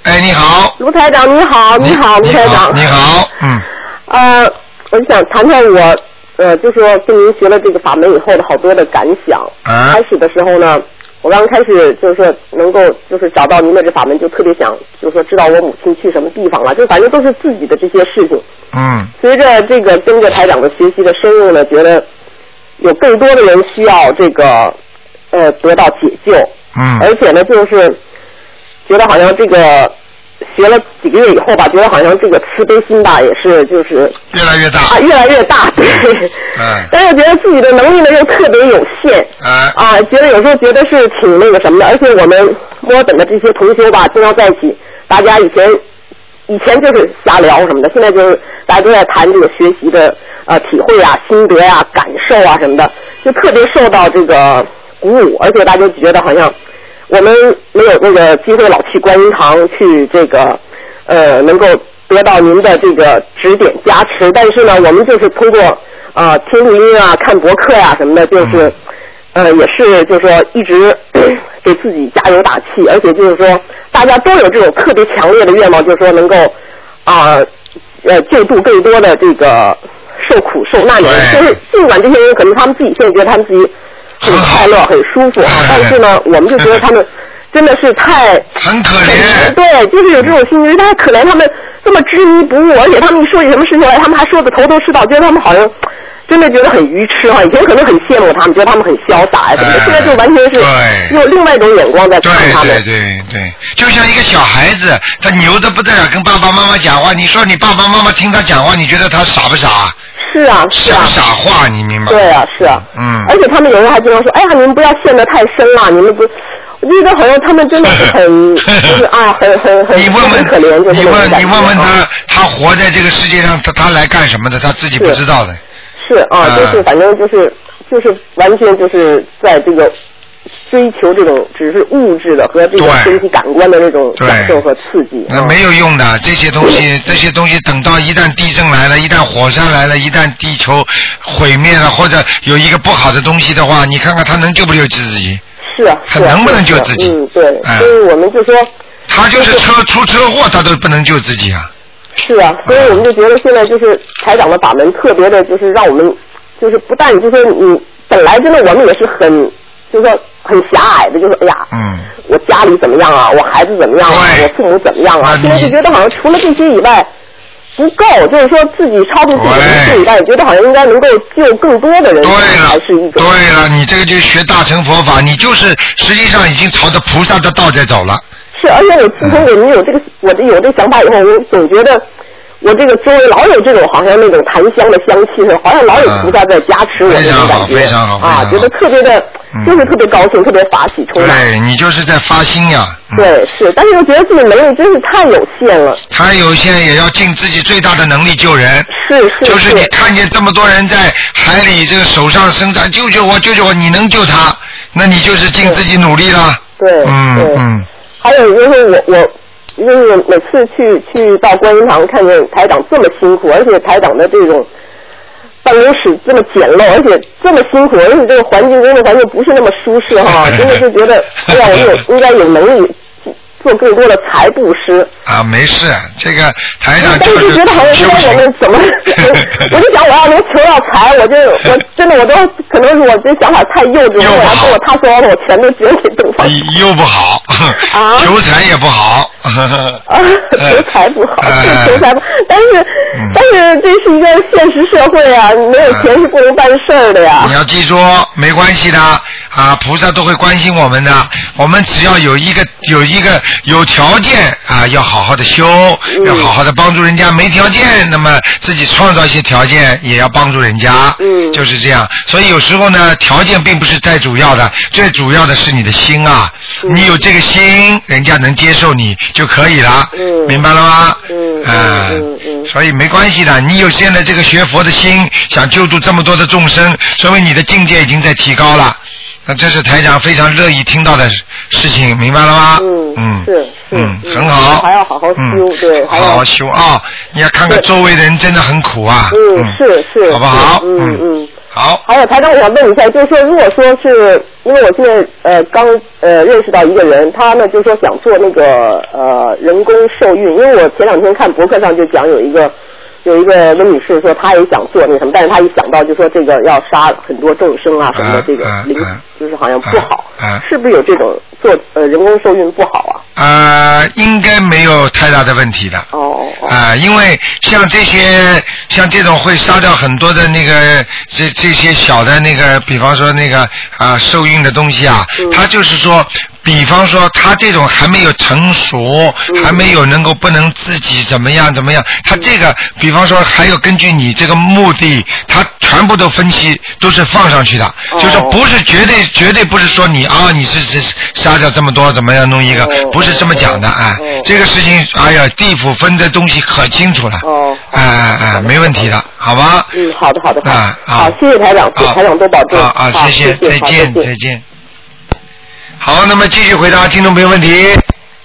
Speaker 2: 哎，你好。
Speaker 6: 卢台长你好，你好，卢
Speaker 2: 你
Speaker 6: 台
Speaker 2: 好，
Speaker 6: 长。
Speaker 2: 你好，嗯，
Speaker 6: 呃，我想谈谈我呃，就是说跟您学了这个法门以后的好多的感想。
Speaker 2: 啊
Speaker 6: 开始的时候呢，我刚开始就是说能够就是找到您的这法门，就特别想就是说知道我母亲去什么地方了，就反正都是自己的这些事情。
Speaker 2: 嗯
Speaker 6: 随着这个跟着台长的学习的深入呢，觉得有更多的人需要这个呃得到解救，
Speaker 2: 嗯
Speaker 6: 而且呢，就是觉得好像这个学了几个月以后吧，觉得好像这个慈悲心吧，也是就是
Speaker 2: 越来越大，
Speaker 6: 啊越来越大，对。
Speaker 2: 嗯
Speaker 6: 但是觉得自己的能力呢又特别有限，
Speaker 2: 哎
Speaker 6: 啊，觉得有时候觉得是挺那个什么的，而且我们墨尔本的这些同修吧，经常在一起，大家以前以前就是瞎聊什么的，现在就是大家都在谈这个学习的呃体会啊、心得啊、感受啊什么的，就特别受到这个鼓舞，而且大家就觉得好像我们没有那个机会老去观音堂去这个呃能够得到您的这个指点加持，但是呢，我们就是通过呃听录音啊、看博客呀、什么的，就是。
Speaker 2: 嗯
Speaker 6: 呃，也是，就是说一直 [clears throat] 给自己加油打气，而且就是说，大家都有这种特别强烈的愿望，就是说能够啊呃救助更多的这个受苦受难的人。
Speaker 2: 对
Speaker 6: 就是尽管这些人可能他们自己现在觉得他们自己很快乐、很舒服啊，
Speaker 2: 哎
Speaker 6: 但是呢，我们就觉得
Speaker 2: [laughs]
Speaker 6: 他们真的是太
Speaker 2: 很可
Speaker 6: 很
Speaker 2: 怜，
Speaker 6: 对，就是有这种心情，但是可怜他们这么执迷不悟，而且他们一说起什么事情来，他们还说的头头是道，觉得他们好像真的觉得很愚痴啊哈。以前可能很羡慕他们，觉得他们很潇洒呀什么的，
Speaker 2: 哎
Speaker 6: 现在就完全是
Speaker 2: 对
Speaker 6: 用另外一种眼光在
Speaker 2: 对
Speaker 6: 看他
Speaker 2: 对
Speaker 6: 们。
Speaker 2: 对对，就像一个小孩子，他牛的不得了，跟爸爸妈妈讲话，你说你爸爸妈妈听他讲话，你觉得他傻不傻？
Speaker 6: 是啊，是啊
Speaker 2: 像。傻话，你明白吗？
Speaker 6: 对啊，是啊，
Speaker 2: 嗯
Speaker 6: 而且他们有人还经常说，哎呀，你们不要陷得太深了，你们不，我觉得好像他们真的是
Speaker 2: [laughs]
Speaker 6: 很，就是啊，很很很
Speaker 2: 你问问
Speaker 6: 很可怜，就是
Speaker 2: 你
Speaker 6: 那种
Speaker 2: 问
Speaker 6: 感
Speaker 2: 你
Speaker 6: 觉
Speaker 2: 问问
Speaker 6: 啊
Speaker 2: 他，他活在这个世界上，他他来干什么的？他自己不
Speaker 6: 是
Speaker 2: 知道的。
Speaker 6: 是啊，
Speaker 2: 啊
Speaker 6: 就是反正就是就是完全就是在这个追求这种只是物质的和这种
Speaker 2: 对
Speaker 6: 身体感官的那种
Speaker 2: 对
Speaker 6: 感受和刺激。啊
Speaker 2: 那没有用的，这些东
Speaker 6: 嗯
Speaker 2: 西，这些东西等到一旦地震来了，一旦火山来了，一旦地球毁灭了，或者有一个不好的东西的话，你看看他能救不救自己？
Speaker 6: 是啊，
Speaker 2: 他
Speaker 6: 是啊
Speaker 2: 能不能
Speaker 6: 是啊
Speaker 2: 救自己
Speaker 6: 嗯，对，
Speaker 2: 哎
Speaker 6: 所以我们就说。
Speaker 2: 他就是车出车祸，他都不能救自己啊！
Speaker 6: 是啊，所以我们就觉得现在就是台长的法门特别的，就是让我们就是不但就是说你本来真的我们也是很就是说很狭隘的，就是哎呀，
Speaker 2: 嗯，
Speaker 6: 我家里怎么样啊，我孩子怎么样啊，
Speaker 2: 对
Speaker 6: 我父母怎么样啊
Speaker 2: 啊，
Speaker 6: 现在就
Speaker 2: 你
Speaker 6: 觉得好像除了这些以外。不够，就是说自己超出自己的理解以外，觉得好像应该能够救更多的人，
Speaker 2: 对了
Speaker 6: 才是一，种
Speaker 2: 对了，你这个就学大乘佛法，你就是实际上已经朝着菩萨的道在走了。
Speaker 6: 是，而且我自从我们有这个我这有这想法以后，我总觉得我这个周围老有这种好像那种檀香的香气似的，好像老有菩萨在加持我
Speaker 2: 嗯
Speaker 6: 这种感觉，
Speaker 2: 非常好非常好
Speaker 6: 啊，
Speaker 2: 非常好
Speaker 6: 觉得特别的，
Speaker 2: 嗯
Speaker 6: 就是特别高兴，特别法喜充满。
Speaker 2: 哎对你就是在发心呀、嗯。
Speaker 6: 对，是，但是又觉得自己能力真是太有限了，
Speaker 2: 他有些也要尽自己最大的能力救人。
Speaker 6: 是是
Speaker 2: 就是
Speaker 6: 是
Speaker 2: 你看见这么多人在海里这个手上伸展，救救我，救救我，你能救他，那你就是尽自己努力了。
Speaker 6: 对，
Speaker 2: 嗯
Speaker 6: 对。
Speaker 2: 嗯，
Speaker 6: 还有就是我我因为每次去去到观音堂看见台长这么辛苦，而且台长的这种办公室这么简陋，而且这么辛苦，而且这个环境工作环境不是那么舒适
Speaker 2: [laughs]
Speaker 6: 哈，真的就觉得哎呀，我们有应该有能力做更多的财布
Speaker 2: [laughs]
Speaker 6: 施。
Speaker 2: 啊，没事，这个台上
Speaker 6: 但
Speaker 2: 哎就是是
Speaker 6: 就觉得好像
Speaker 2: 修
Speaker 6: 不知道我
Speaker 2: 行
Speaker 6: 们。怎么， [laughs] 我就想我要能求到财，我就我真的我都可能是我这想法太幼
Speaker 2: [laughs]
Speaker 6: 稚了，
Speaker 2: 又不
Speaker 6: 我要
Speaker 2: 好
Speaker 6: 跟我他说完了，我全都捐给东方。
Speaker 2: 你又不好，
Speaker 6: [laughs] 啊
Speaker 2: 求财也不好， [laughs]
Speaker 6: [laughs] 啊，求财不好，
Speaker 2: 哎
Speaker 6: 是求财不好，但是、
Speaker 2: 嗯
Speaker 6: 但是这是一个现实社会啊，没有钱是不能办事儿的呀
Speaker 2: 你。要记住，没关系的啊，菩萨都会关心我们的。我们只要有一个有一个有条件啊，要好好的修，要好好的帮助人家。没条件，那么自己创造一些条件，也要帮助人家。
Speaker 6: 嗯
Speaker 2: 就是这样。所以有时候呢，条件并不是最主要的，最主要的是你的心啊。
Speaker 6: 嗯
Speaker 2: 你有这个心，人家能接受你就可以了。
Speaker 6: 嗯
Speaker 2: 明白了吗？
Speaker 6: 嗯嗯
Speaker 2: 啊
Speaker 6: 嗯嗯
Speaker 2: 所以没关系的，你有现在这个学佛的心，想救助这么多的众生，说明你的境界已经在提高了。那这是台长非常乐意听到的事情，明白了吗？
Speaker 6: 嗯
Speaker 2: 嗯，
Speaker 6: 是是
Speaker 2: 嗯，
Speaker 6: 嗯
Speaker 2: 很好。
Speaker 6: 还要好好修
Speaker 2: 嗯
Speaker 6: 对还要
Speaker 2: 好好修啊、你要看看周围的人真的很苦啊。
Speaker 6: 嗯，是是，
Speaker 2: 好不好？
Speaker 6: 嗯嗯。
Speaker 2: 好。
Speaker 6: 还有台长，我想问一下，就是说，如果说是因为我现在呃刚呃认识到一个人，他呢就说想做那个呃人工受孕，因为我前两天看博客上就讲有一个有一个温女士说她也想做那什么，但是她一想到就说这个要杀很多众生啊什么的，这个
Speaker 2: 啊
Speaker 6: 灵
Speaker 2: 啊
Speaker 6: 就是好像不好，
Speaker 2: 啊啊
Speaker 6: 是不是有这种做呃人工受孕不好啊？
Speaker 2: 呃，应该没有太大的问题的。
Speaker 6: 哦哦
Speaker 2: 啊、因为像这些像这种会杀掉很多的那个这这些小的那个，比方说那个啊、受孕的东西啊，
Speaker 6: 嗯
Speaker 2: 它就是说，比方说它这种还没有成熟，
Speaker 6: 嗯
Speaker 2: 还没有能够不能自己怎么样怎么样，它这
Speaker 6: 嗯
Speaker 2: 个比方说还有根据你这个目的，它全部都分析都是放上去的，
Speaker 6: 哦
Speaker 2: 就是不是绝对绝对不是说你啊你是是杀掉这么多怎么样弄一个，
Speaker 6: 哦
Speaker 2: 不是这么讲的啊，这个事情哎呀地府分的东西可清楚了，
Speaker 6: 哦，
Speaker 2: 哎哎哎没问题的，好吧？
Speaker 6: 嗯，好的好的好的，
Speaker 2: 啊啊
Speaker 6: 好，谢谢台长，请
Speaker 2: 啊
Speaker 6: 台长多保重，
Speaker 2: 啊啊，
Speaker 6: 好
Speaker 2: 谢
Speaker 6: 谢，
Speaker 2: 再
Speaker 6: 好
Speaker 2: 见
Speaker 6: 再
Speaker 2: 再见。好，那么继续回答听众朋友问题。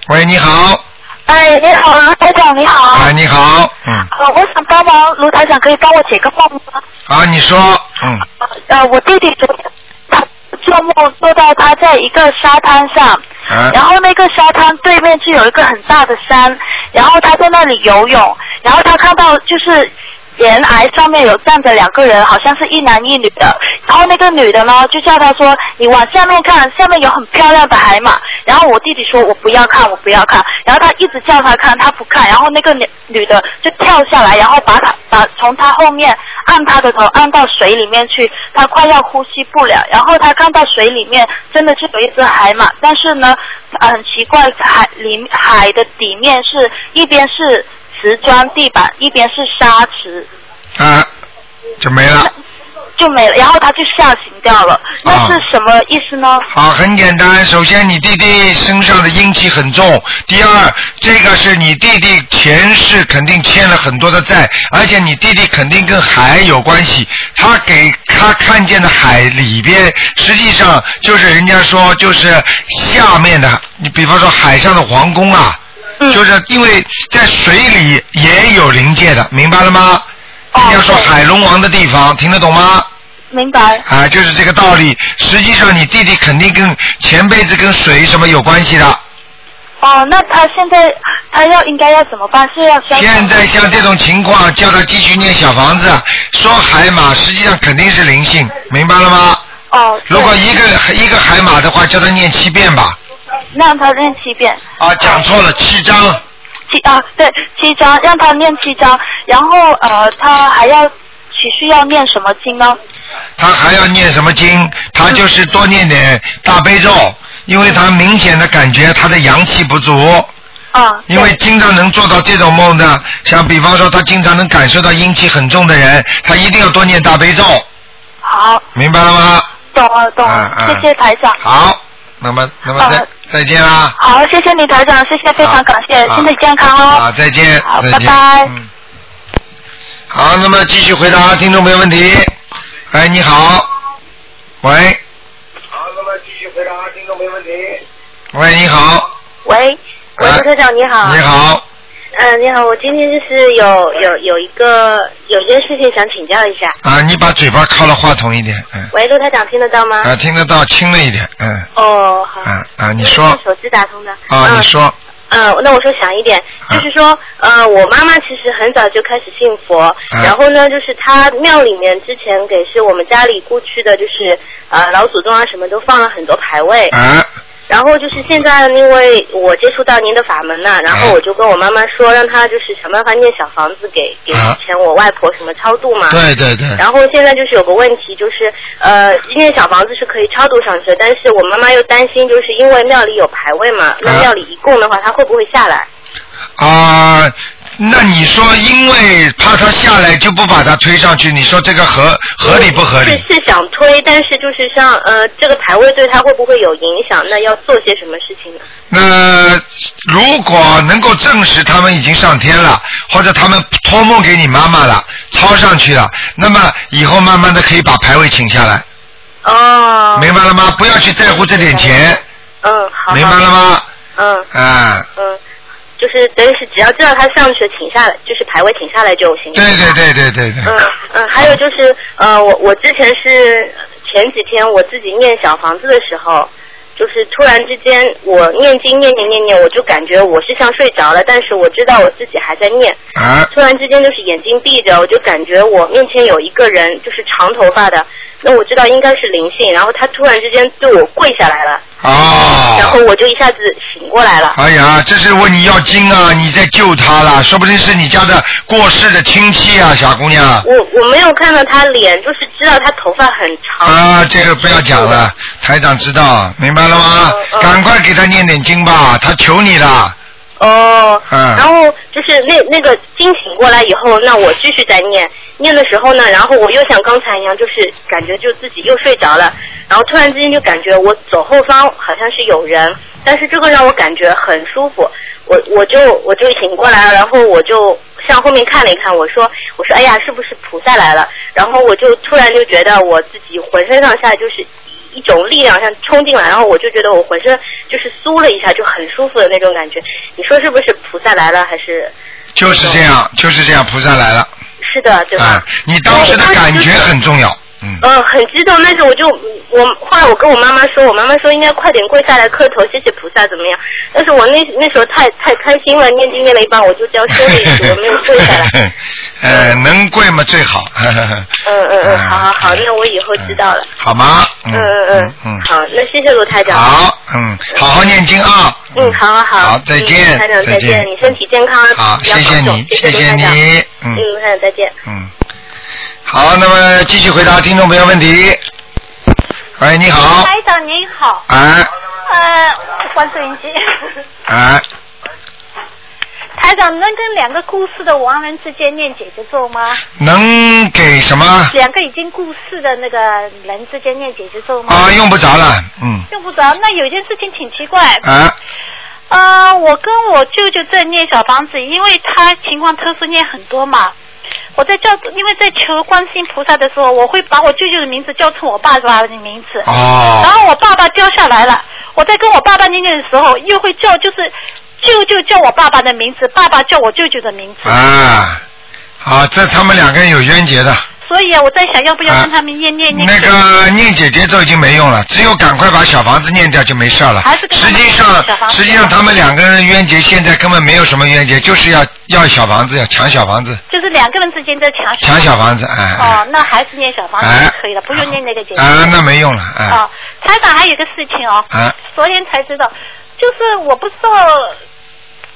Speaker 2: 喂，你好，
Speaker 7: 哎，你好，卢台长，你好。
Speaker 2: 啊，你好，嗯，
Speaker 7: 呃，我想帮忙卢台长，可以帮我解个梦吗？
Speaker 2: 啊，你说，嗯，
Speaker 7: 呃，我弟弟昨天他做梦做到他在一个沙滩上，
Speaker 2: 啊
Speaker 7: 然后那个沙滩对面就有一个很大的山，然后他在那里游泳，然后他看到就是岩崖上面有站着两个人，好像是一男一女的，然后那个女的呢就叫他说你往下面看，下面有很漂亮的海马，然后我弟弟说我不要看，我不要看，然后他一直叫他看，他不看，然后那个女女的就跳下来，然后把他把从他后面按他的头按到水里面去，他快要呼吸不了，然后他看到水里面真的就有一只海马，但是呢，呃很奇怪，海里海的底面是一边是瓷砖地板，一边是沙池，
Speaker 2: 啊，就没了。
Speaker 7: 就没了，然后他就吓醒掉了，那是什么意思呢？
Speaker 2: 啊好，很简单。首先，你弟弟身上的阴气很重；第二，这个是你弟弟前世肯定欠了很多的债，而且你弟弟肯定跟海有关系。他给他看见的海里边，实际上就是人家说就是下面的，你比方说海上的皇宫啊，
Speaker 7: 嗯
Speaker 2: 就是因为在水里也有灵界的，明白了吗？
Speaker 7: 哦
Speaker 2: 人家说海龙王的地方，听得懂吗？
Speaker 7: 明白？
Speaker 2: 啊，就是这个道理。实际上，你弟弟肯定跟前辈子跟水什么有关系的。
Speaker 7: 哦，那他现在他要应该要怎么办？是要消
Speaker 2: 现在像这种情况，叫他继续念小房子，说海马，实际上肯定是灵性，明白了吗？
Speaker 7: 哦，
Speaker 2: 如果一个一个海马的话，叫他念七遍吧。
Speaker 7: 让他念七遍。
Speaker 2: 啊，讲错了，七章。
Speaker 7: 七啊，对，七章，让他念七章，然后呃，他还要继续要念什么经呢？
Speaker 2: 他还要念什么经？他就是多念点大悲咒，因为他明显的感觉他的阳气不足。
Speaker 7: 啊，
Speaker 2: 因为经常能做到这种梦的，像比方说他经常能感受到阴气很重的人，他一定要多念大悲咒，
Speaker 7: 好，
Speaker 2: 明白了吗？
Speaker 7: 懂了懂了，
Speaker 2: 嗯嗯
Speaker 7: 谢谢台长。
Speaker 2: 好，那么那么再、
Speaker 7: 啊
Speaker 2: 再见啦，
Speaker 7: 好，谢谢你台长，谢谢，非常感谢，
Speaker 2: 啊
Speaker 7: 呃身体健康
Speaker 2: 啊，
Speaker 7: 哦。
Speaker 2: 再见，
Speaker 7: 好，
Speaker 2: 再
Speaker 7: 拜
Speaker 2: 见。嗯
Speaker 7: 拜。
Speaker 2: 好，那么继续回答听众朋友问题。哎，你好，喂，喂，你好，
Speaker 8: 喂，喂，
Speaker 2: 哎
Speaker 8: 卢科长你好。
Speaker 2: 你。好，
Speaker 8: 嗯，你好，我今天就是有有有一个有件事情想请教一下。
Speaker 2: 啊，你把嘴巴靠了话筒一点，嗯，
Speaker 8: 喂，卢台长听得到吗？
Speaker 2: 啊，听得到轻了一点，嗯，
Speaker 8: 哦，好。
Speaker 2: 啊啊，你说
Speaker 8: 手机打通的。
Speaker 2: 啊，
Speaker 8: 嗯
Speaker 2: 你说
Speaker 8: 嗯，那我说想一点，
Speaker 2: 啊
Speaker 8: 就是说，呃，我妈妈其实很早就开始信佛，
Speaker 2: 啊
Speaker 8: 然后呢，就是她庙里面之前给是我们家里过去的，就是呃老祖宗啊什么都放了很多牌位，
Speaker 2: 啊
Speaker 8: 然后就是现在，因为我接触到您的法门呐，然
Speaker 2: 啊
Speaker 8: 后我就跟我妈妈说，让她就是想办法念小房子给给
Speaker 2: 啊
Speaker 8: 以前我外婆什么超度嘛。
Speaker 2: 对对对
Speaker 8: 然后现在就是有个问题，就是呃，念小房子是可以超度上去的，但是我妈妈又担心，就是因为庙里有牌位嘛，那庙里一供的话，她会不会下来？
Speaker 2: 啊，那你说因为怕他下来就不把他推上去，你说这个合合理不合理？
Speaker 8: 是是想推，但是就是像呃，这个牌位对她会不会有影响？那要做些什么事情呢？
Speaker 2: 那如果能够证实他们已经上天了，或者他们托梦给你妈妈了，抄上去了，那么以后慢慢的可以把牌位请下来，
Speaker 8: 哦，
Speaker 2: 明白了吗？不要去在乎这点钱，
Speaker 8: 嗯，好，
Speaker 2: 明白了吗？
Speaker 8: 嗯。
Speaker 2: 啊，
Speaker 8: 嗯，就是等于是只要知道他上去请下来，就是排位请下来就行。
Speaker 2: 对对对对对对，
Speaker 8: 嗯嗯，还有就是呃，我我之前是前几天我自己念小房子的时候，就是突然之间我念经念念念念，我就感觉我是像睡着了，但是我知道我自己还在念。
Speaker 2: 啊
Speaker 8: 突然之间就是眼睛闭着，我就感觉我面前有一个人，就是长头发的，那我知道应该是灵性，然后他突然之间对我跪下来了，然
Speaker 2: 啊
Speaker 8: 后！我就一下子醒过来了。
Speaker 2: 哎呀，这是问你要经啊，你在救他啦，说不定是你家的过世的亲戚啊，小姑娘。
Speaker 8: 我我没有看到他脸，就是知道他头发很长。
Speaker 2: 啊，这个不要讲了，台长知道，明白了吗？
Speaker 8: 嗯嗯
Speaker 2: 赶快给他念点经吧，他求你了。
Speaker 8: 哦，
Speaker 2: 嗯
Speaker 8: 然后就是那那个惊醒过来以后，那我继续在念，念的时候呢，然后我又像刚才一样，就是感觉就自己又睡着了，然后突然之间就感觉我左后方好像是有人，但是这个让我感觉很舒服，我我就我就醒过来了，然后我就向后面看了一看，我说我说哎呀，是不是菩萨来了？然后我就突然就觉得我自己浑身上下就是一种力量像冲进来，然后我就觉得我浑身就是酥了一下，就很舒服的那种感觉。你说是不是菩萨来了，还是
Speaker 2: 就是这样，就是这样，菩萨来了
Speaker 8: 是的，嗯对吧？
Speaker 2: 啊！你当时的感觉很重要，嗯，
Speaker 8: 嗯，很激动，但是我就我后来我跟我妈妈说，我妈妈说应该快点跪下来磕头，谢谢菩萨怎么样？但是我那那时候太太开心了，念经念了一半，我就叫休息，我没有跪下来。
Speaker 2: [laughs] 呃，能跪嘛最好。 [laughs] 嗯
Speaker 8: [laughs] 嗯嗯嗯，好好好，那我以后知道了。
Speaker 2: 好吗？
Speaker 8: 嗯
Speaker 2: 嗯
Speaker 8: 嗯
Speaker 2: 嗯
Speaker 8: 嗯，。好，那谢谢卢台长。
Speaker 2: 好，嗯，好好念经啊。
Speaker 8: 嗯，好好好，
Speaker 2: 好，再见
Speaker 8: 嗯、台长，再
Speaker 2: 见。嗯
Speaker 8: 你身体健康，
Speaker 2: 好，
Speaker 8: 比较
Speaker 2: 谢谢
Speaker 8: 保重
Speaker 2: 你，
Speaker 8: 谢
Speaker 2: 谢
Speaker 8: 卢台
Speaker 2: 谢
Speaker 8: 长。
Speaker 2: 你，
Speaker 8: 嗯
Speaker 2: 嗯，
Speaker 8: 台长，再见。
Speaker 2: 嗯。好，那么继续回答听众朋友问题。喂，你好，
Speaker 9: 台长您好，
Speaker 2: 哎
Speaker 9: 呃，关收音机。 [laughs]
Speaker 2: 哎，
Speaker 9: 台长能跟两个故事的亡人之间念姐姐咒吗？
Speaker 2: 能给什么？
Speaker 9: 两个已经故世的那个人之间念姐姐咒吗？
Speaker 2: 啊，用不着了，嗯，
Speaker 9: 用不着。那有一件事情挺奇怪，
Speaker 2: 啊
Speaker 9: 呃，我跟我舅舅在念小房子，因为他情况特殊，念很多嘛。我在叫，因为在求观世音菩萨的时候，我会把我舅舅的名字叫成我爸爸的名字。然
Speaker 2: 哦，
Speaker 9: 后我爸爸掉下来了，我在跟我爸爸念念的时候，又会叫就是舅舅叫我爸爸的名字，爸爸叫我舅舅的名字，
Speaker 2: 啊，好，这他们两个人有冤结的。
Speaker 9: 所以啊，我在想要不要跟他们念念
Speaker 2: 那个念姐姐咒已经没用了，只有赶快把小房子念掉就没事了
Speaker 9: 还是。给他
Speaker 2: 实
Speaker 9: 们
Speaker 2: 际上
Speaker 9: 念小，房子
Speaker 2: 实际上他们两个人冤结现在根本没有什么冤结，就是要要小房子，要抢小房子，
Speaker 9: 就是两个人之间在抢
Speaker 2: 抢小房子，哎。
Speaker 9: 哦，那还是念小房子
Speaker 2: 哎
Speaker 9: 就可以了，不用念那个姐姐。
Speaker 2: 啊，那没用了，哎
Speaker 9: 哦，台长还有一个事情哦，
Speaker 2: 啊
Speaker 9: 昨天才知道，就是我不知道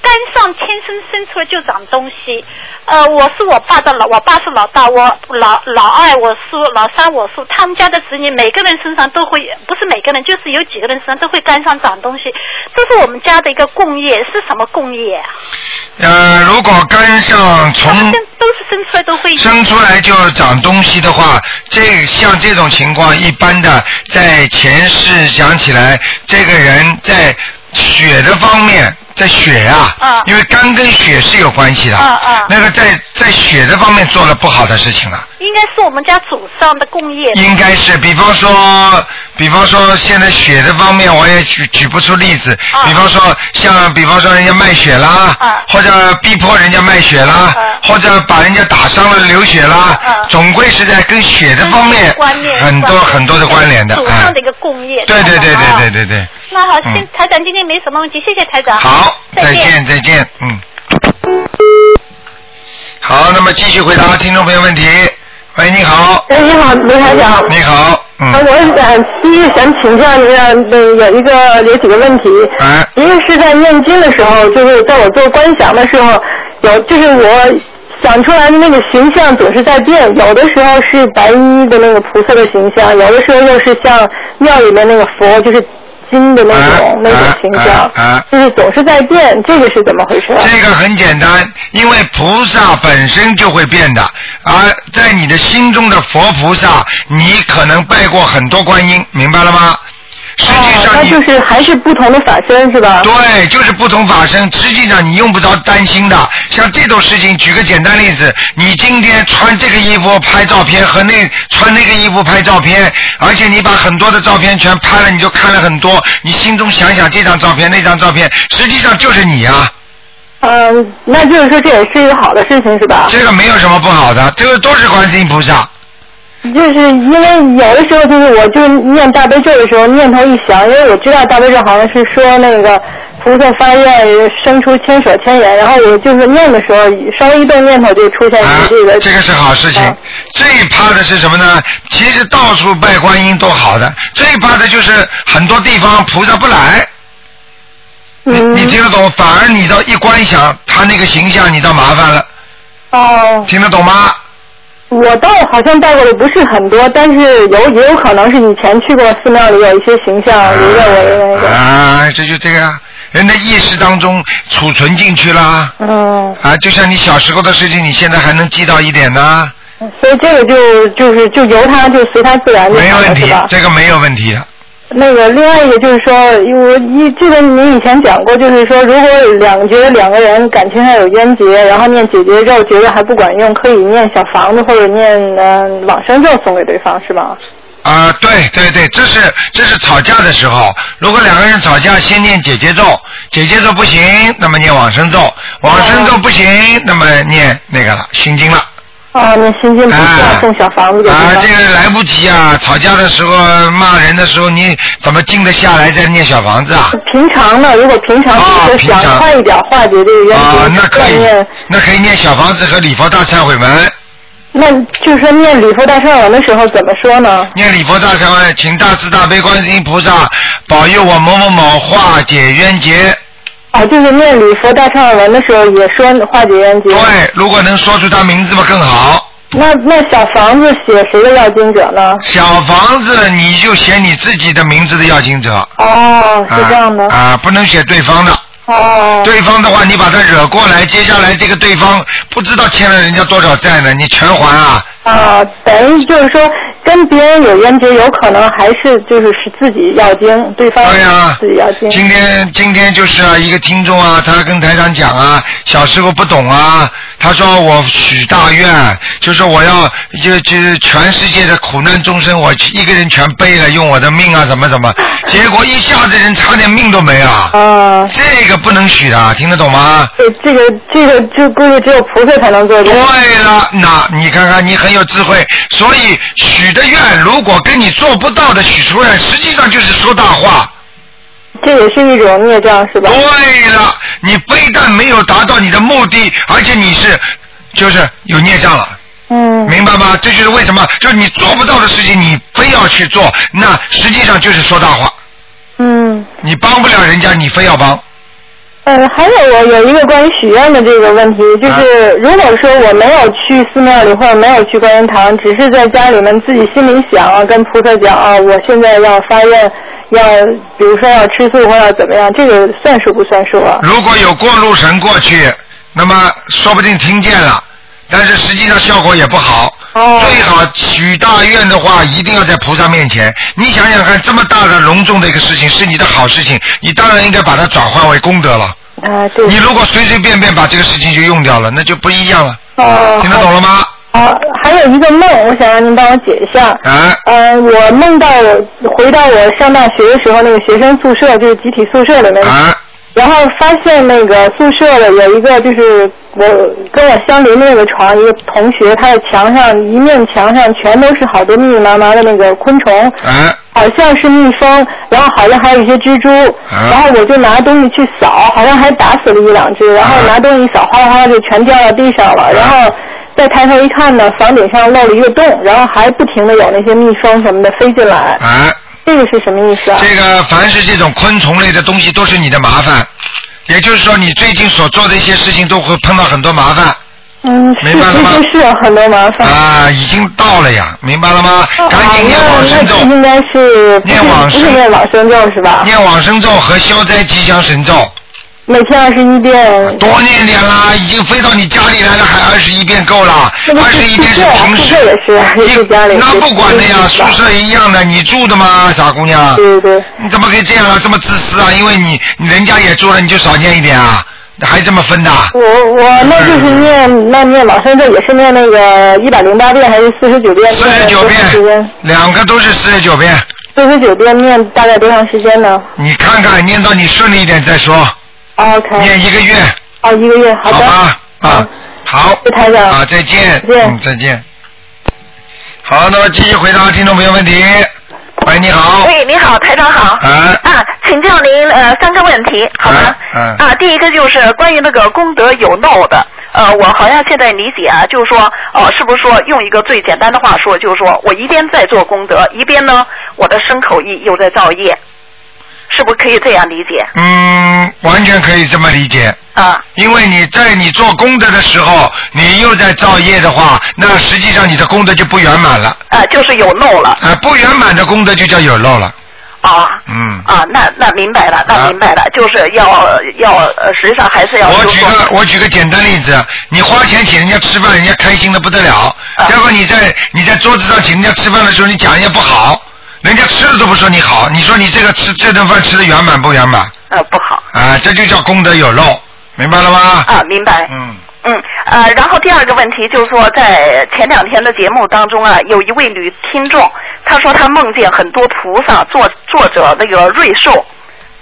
Speaker 9: 肝上天生生出来就长东西。呃，我是我爸的老，我爸是老大，我老老二我叔，老三我叔，他们家的子女每个人身上都会，不是每个人，就是有几个人身上都会肝上长东西，这是我们家的一个共业，是什么共业啊？
Speaker 2: 呃，如果肝上
Speaker 9: 他们
Speaker 2: 从
Speaker 9: 生都是生出来都会有，
Speaker 2: 生出来就长东西的话，这像这种情况，一般的在前世讲起来，这个人在血的方面，在血啊，
Speaker 9: 嗯
Speaker 2: 因为肝跟血是有关系的，
Speaker 9: 嗯嗯
Speaker 2: 那个在在血的方面做了不好的事情了。
Speaker 9: 应该是我们家祖上的共业。
Speaker 2: 应该是，哎比方说，比方说现在血的方面，我也举举不出例子。
Speaker 9: 啊
Speaker 2: 比方说，像比方说人家卖血啦，
Speaker 9: 啊
Speaker 2: 或者逼迫人家卖血啦，
Speaker 9: 啊
Speaker 2: 或者把人家打伤了流血啦，
Speaker 9: 啊
Speaker 2: 总归是在跟血的方面
Speaker 9: 观念
Speaker 2: 很多很多的关联的。
Speaker 9: 祖
Speaker 2: 哎
Speaker 9: 上的一个共业。
Speaker 2: 对对对
Speaker 9: 啊
Speaker 2: 对对对对，
Speaker 9: 那好，
Speaker 2: 嗯
Speaker 9: 现台长今天没什么问题，谢谢台长。
Speaker 2: 好，再
Speaker 9: 再
Speaker 2: 见再见，嗯。好，那么继续回答听众朋友问题。喂，你好，
Speaker 10: 哎，你好，卢台长。
Speaker 2: 你好，
Speaker 10: 啊，
Speaker 2: 嗯，
Speaker 10: 我想第一想请教您啊，那有一个有几个问题。
Speaker 2: 哎，
Speaker 10: 一个是在念经的时候，就是在我做观想的时候，有就是我想出来的那个形象总是在变，有的时候是白衣的那个菩萨的形象，有的时候又是像庙里面那个佛，就是金的那种、
Speaker 2: 啊
Speaker 10: 那种
Speaker 2: 啊
Speaker 10: 形象，
Speaker 2: 啊啊
Speaker 10: 就是总是在变，这个是怎么回事啊？
Speaker 2: 这个很简单，因为菩萨本身就会变的，而在你的心中的佛菩萨，你可能拜过很多观音，明白了吗？实际
Speaker 10: 哦，
Speaker 2: 上
Speaker 10: 那
Speaker 2: 你、
Speaker 10: 就是还是不同的法身是吧？
Speaker 2: 对，就是不同法身，实际上你用不着担心的。像这种事情，举个简单例子，你今天穿这个衣服拍照片和那穿那个衣服拍照片，而且你把很多的照片全拍了，你就看了很多，你心中想想这张照片那张照片，实际上就是你啊。
Speaker 10: 嗯，那就是说这也是一个好的事情是吧？
Speaker 2: 这个没有什么不好的，这个都是观世音菩萨。
Speaker 10: 就是因为有的时候就是我就是念大悲咒的时候念头一想，因为我知道大悲咒好像是说那个菩萨发愿生出千手千眼，然后我就是念的时候稍微一动念头就出现一这个。
Speaker 2: 啊这个是好事情。啊最怕的是什么呢？其实到处拜观音都好的，最怕的就是很多地方菩萨不来。你
Speaker 10: 嗯
Speaker 2: 你听得懂？反而你到一观想他那个形象，你倒麻烦了。
Speaker 10: 哦。
Speaker 2: 听得懂吗？
Speaker 10: 我倒好像带过的不是很多，但是有也有可能是以前去过寺庙里有一些形象留在我的那个。
Speaker 2: 啊，这就这个啊，人的意识当中储存进去啦。
Speaker 10: 嗯。
Speaker 2: 啊，就像你小时候的事情，你现在还能记到一点呢，
Speaker 10: 所以这个就就是就由他就随他自然就
Speaker 2: 没
Speaker 10: 嗯好
Speaker 2: 问
Speaker 10: 了，
Speaker 2: 题
Speaker 10: 是吧，？
Speaker 2: 这个没有问题的。
Speaker 10: 那个另外一个就是说，我一记得您以前讲过，就是说如果两觉得两个人感情上有冤结，然后念解结咒觉得还不管用，可以念小房子或者念呃往生咒送给对方，是吧？
Speaker 2: 啊，对对对，这是这是吵架的时候，如果两个人吵架，先念姐姐咒，姐姐咒不行，那么念往生咒，往生咒不行，那么念那个了，心经了。
Speaker 10: 啊，念心经不要送小房子给对
Speaker 2: 啊，
Speaker 10: 方。
Speaker 2: 这个来不及啊！吵架的时候、骂人的时候，你怎么静得下来再念小房
Speaker 10: [laughs]
Speaker 2: 子啊？
Speaker 10: 平常呢，如果平常就是
Speaker 2: 平常
Speaker 10: 想快一点化解这个冤结，
Speaker 2: 啊，那可以
Speaker 10: 念，
Speaker 2: 那可以念小房子和礼佛大忏悔文。
Speaker 10: 那就是说念礼佛大忏悔文的时候怎么说呢？
Speaker 2: 念礼佛大忏悔，请大慈大悲观世音菩萨保佑我某某某化解冤结。
Speaker 10: 啊，就是念礼佛大忏悔文的时候也说化解冤结。
Speaker 2: 对，如果能说出他名字嘛更好。
Speaker 10: 那那小房子写谁的要经者呢？
Speaker 2: 小房子你就写你自己的名字的要经者。
Speaker 10: 哦，是这样的。
Speaker 2: 啊啊，不能写对方的。
Speaker 10: 哦。
Speaker 2: 对方的话，你把他惹过来，接下来这个对方不知道欠了人家多少债呢，你全还啊。
Speaker 10: 啊，等于就是说跟别人有冤结，有可能还是就是是自己要经，对方自己要经。
Speaker 2: 今天今天就是啊，一个听众啊，他跟台长讲啊，小时候不懂啊，他说我许大愿，就说我要就就是全世界的苦难众生，我一个人全背了，用我的命啊，怎么怎
Speaker 10: [laughs]
Speaker 2: 么，结果一下子人差点命都没了。
Speaker 10: 啊。
Speaker 2: 这个不能许的，听得懂吗？
Speaker 10: 这这个这个就估计只有菩萨才能做。
Speaker 2: 对了，那你看看你很有智慧，所以许的愿如果跟你做不到的许出来，实际上就是说大话。
Speaker 10: 这也是一种孽障，是吧？
Speaker 2: 对了，你非但没有达到你的目的，而且你是就是有孽障了。
Speaker 10: 嗯。
Speaker 2: 明白吗？这就是为什么，就是你做不到的事情，你非要去做，那实际上就是说大话。
Speaker 10: 嗯。
Speaker 2: 你帮不了人家，你非要帮。
Speaker 10: 嗯，还有我有一个关于许愿的这个问题，就是如果说我没有去寺庙里或者没有去观音堂，只是在家里面自己心里想啊，跟菩萨讲啊，我现在要发愿，要比如说要吃素或要怎么样，这个算数不算数啊？
Speaker 2: 如果有过路神过去，那么说不定听见了，但是实际上效果也不好。最好许大愿的话，一定要在菩萨面前。你想想看，这么大的隆重的一个事情，是你的好事情，你当然应该把它转换为功德了。
Speaker 10: 啊，对。
Speaker 2: 你如果随随便便把这个事情就用掉了，那就不一样了。
Speaker 10: 哦
Speaker 2: 听得懂了吗？
Speaker 10: 啊，还有一个梦，我想让您帮我解一下。
Speaker 2: 啊。
Speaker 10: 呃，我梦到我回到我上大学的时候，那个学生宿舍就是集体宿舍里面。
Speaker 2: 啊。
Speaker 10: 然后发现那个宿舍的有一个就是我跟我相邻的那个床一个同学，他的墙上一面墙上全都是好多密密麻麻的那个昆虫，
Speaker 2: 啊
Speaker 10: 好像是蜜蜂，然后好像还有一些蜘蛛，
Speaker 2: 啊
Speaker 10: 然后我就拿东西去扫，好像还打死了一两只，然
Speaker 2: 啊
Speaker 10: 后拿东西一扫，哗啦哗啦就全掉到地上了，然后再抬头一看呢，房顶上漏了一个洞，然后还不停的有那些蜜蜂什么的飞进来，
Speaker 2: 啊，
Speaker 10: 这个是什么意思啊？
Speaker 2: 这个凡是这种昆虫类的东西都是你的麻烦，也就是说你最近所做的一些事情都会碰到很多麻烦。
Speaker 10: 嗯，是
Speaker 2: 明白了吗
Speaker 10: 的确是有很多麻烦。啊
Speaker 2: 啊，已经到了呀，明白了吗？赶紧念往生咒，
Speaker 10: 那那应该是不是
Speaker 2: 念往
Speaker 10: 不是
Speaker 2: 生
Speaker 10: 念往生咒是吧？
Speaker 2: 念往生咒和消灾吉祥神咒，
Speaker 10: 每天二十一遍。
Speaker 2: 多念点啦，已经飞到你家里来了，还二十一遍够了，二十一遍是平时。
Speaker 10: 也是家里
Speaker 2: 那不管的呀，宿舍一样的，你住的吗，傻姑娘？
Speaker 10: 对对。
Speaker 2: 你怎么可以这样啊？这么自私啊？因为你你人家也住了，你就少念一点啊，还这么分的？啊
Speaker 10: 我我那就是念那念往生咒也是念那个一百零八遍还是四十九遍？四十九遍。
Speaker 2: 两个都是四十九遍，
Speaker 10: 四十九遍念大概多长时间呢
Speaker 2: 你看看，念到你顺利一点再说。
Speaker 10: ？OK。
Speaker 2: 念一个月。
Speaker 10: 哦，一个月，好的。
Speaker 2: 吧，啊，好，
Speaker 10: 台长
Speaker 2: 啊，再
Speaker 10: 再
Speaker 2: 见，
Speaker 10: 见
Speaker 2: 嗯，再见。好，那么继续回答听众朋友问题。喂，你好。
Speaker 7: 喂，哎你好，台长好。
Speaker 2: 啊。
Speaker 7: 啊，请教您呃三个问题，好吗？
Speaker 2: 嗯
Speaker 7: 啊，第一个就是关于那个功德有漏的，呃，我好像现在理解啊，就是说，呃，是不是说用一个最简单的话说，就是说我一边在做功德，一边呢我的身口意又在造业，是不是可以这样理解？
Speaker 2: 嗯，完全可以这么理解。
Speaker 7: 啊。
Speaker 2: 因为你在你做功德的时候，你又在造业的话，那实际上你的功德就不圆满了。
Speaker 7: 啊，就是有漏了。
Speaker 2: 啊，不圆满的功德就叫有漏了。
Speaker 7: 啊
Speaker 2: 嗯。
Speaker 7: 啊，那那明白了，那明白了，就是要要呃，实际上还是要
Speaker 2: 我
Speaker 7: 就
Speaker 2: 举
Speaker 7: 是说
Speaker 2: 个我举个简单例子，你花钱请人家吃饭，人家开心的不得了。
Speaker 7: 啊
Speaker 2: 然后你在你在桌子上请人家吃饭的时候，你讲人家不好，人家吃了都不说你好，你说你这个吃这顿饭吃的圆满不圆满？
Speaker 7: 呃，不好。
Speaker 2: 啊，这就叫功德有漏，明白了吗？
Speaker 7: 啊，明白。
Speaker 2: 嗯。
Speaker 7: 嗯，呃，然后第二个问题就是说，在前两天的节目当中啊，有一位女听众，她说她梦见很多菩萨坐坐着那个瑞兽，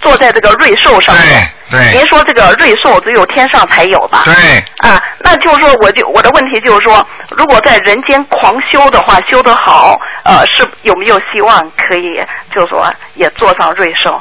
Speaker 7: 坐在这个瑞兽上面。
Speaker 2: 对
Speaker 7: 您说这个瑞兽只有天上才有吧？
Speaker 2: 对。
Speaker 7: 啊，那就是说，我就我的问题就是说，如果在人间狂修的话，修得好，呃，是有没有希望可以，就是说也坐上瑞兽？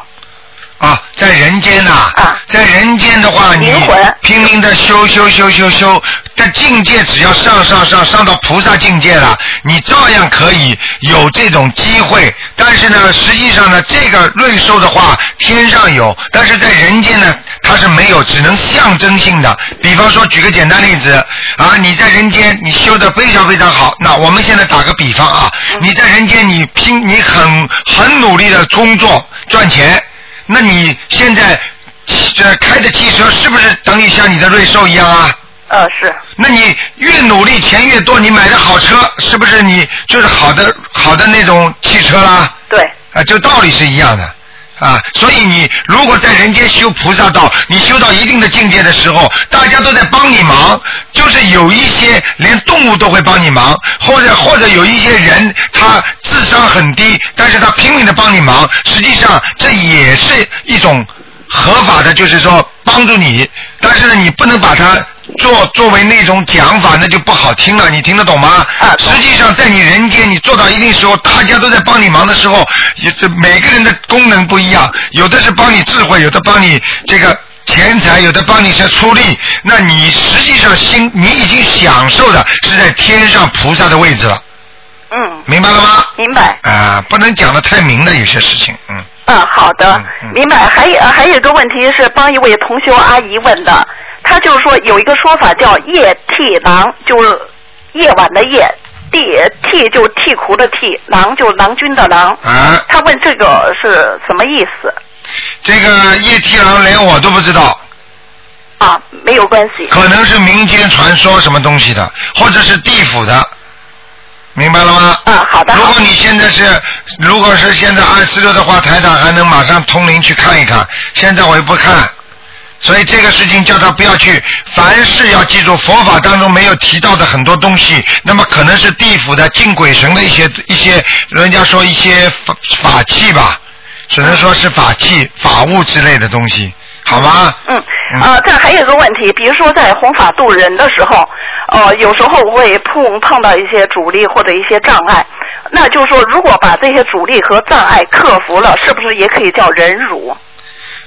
Speaker 2: 啊，在人间呐、在人间的话，你拼命的修修修修修，在境界只要上上上上到菩萨境界了，你照样可以有这种机会。但是呢，实际上呢，这个瑞兽的话，天上有，但是在人间呢，它是没有，只能象征性的。比方说，举个简单例子啊，你在人间你修的非常非常好，那我们现在打个比方啊，你在人间你拼你很很努力的工作赚钱。那你现在汽这呃开的汽车是不是等于像你的瑞兽一样啊？
Speaker 7: 呃，是。
Speaker 2: 那你越努力，钱越多，你买的好车，是不是你就是好的好的那种汽车啦？
Speaker 7: 对。
Speaker 2: 啊，就道理是一样的。啊，所以你如果在人间修菩萨道，你修到一定的境界的时候，大家都在帮你忙，就是有一些连动物都会帮你忙，或者或者有一些人他智商很低，但是他拼命的帮你忙，实际上这也是一种合法的，就是说帮助你，但是呢，你不能把它做作为那种讲法，那就不好听了。你听得懂吗？实际上，在你人间，你做到一定时候，大家都在帮你忙的时候，也这每个人的功能不一样，有的是帮你智慧，有的帮你这个。钱财有的帮你是出力，那你实际上心你已经享受的是在天上菩萨的位置了，
Speaker 7: 嗯。
Speaker 2: 明白了吗？
Speaker 7: 明白。
Speaker 2: 啊、不能讲的太明了，有些事情，嗯。
Speaker 7: 嗯，好的，明白。还有呃还有一个问题是帮一位同修阿姨问的，她就是说有一个说法叫夜替郎，就是夜晚的夜，替替就替苦的替，郎就郎君的郎。
Speaker 2: 啊。
Speaker 7: 她问这个是什么意思？
Speaker 2: 这个叶天狼连我都不知道。
Speaker 7: 啊，没有关系。
Speaker 2: 可能是民间传说什么东西的，或者是地府的，明白了吗？
Speaker 7: 嗯，好的。
Speaker 2: 如果你现在是，如果是现在二四六的话，台长还能马上通灵去看一看，现在我又不看。所以这个事情叫他不要去，凡事要记住佛法当中没有提到的很多东西，那么可能是地府的敬鬼神的一些一些，人家说一些法法器吧，只能说是法器、法物之类的东西，好吗？
Speaker 7: 嗯，呃，这还有一个问题，比如说在弘法度人的时候，呃，有时候会碰碰到一些阻力或者一些障碍，那就是说，如果把这些阻力和障碍克服了，是不是也可以叫忍辱？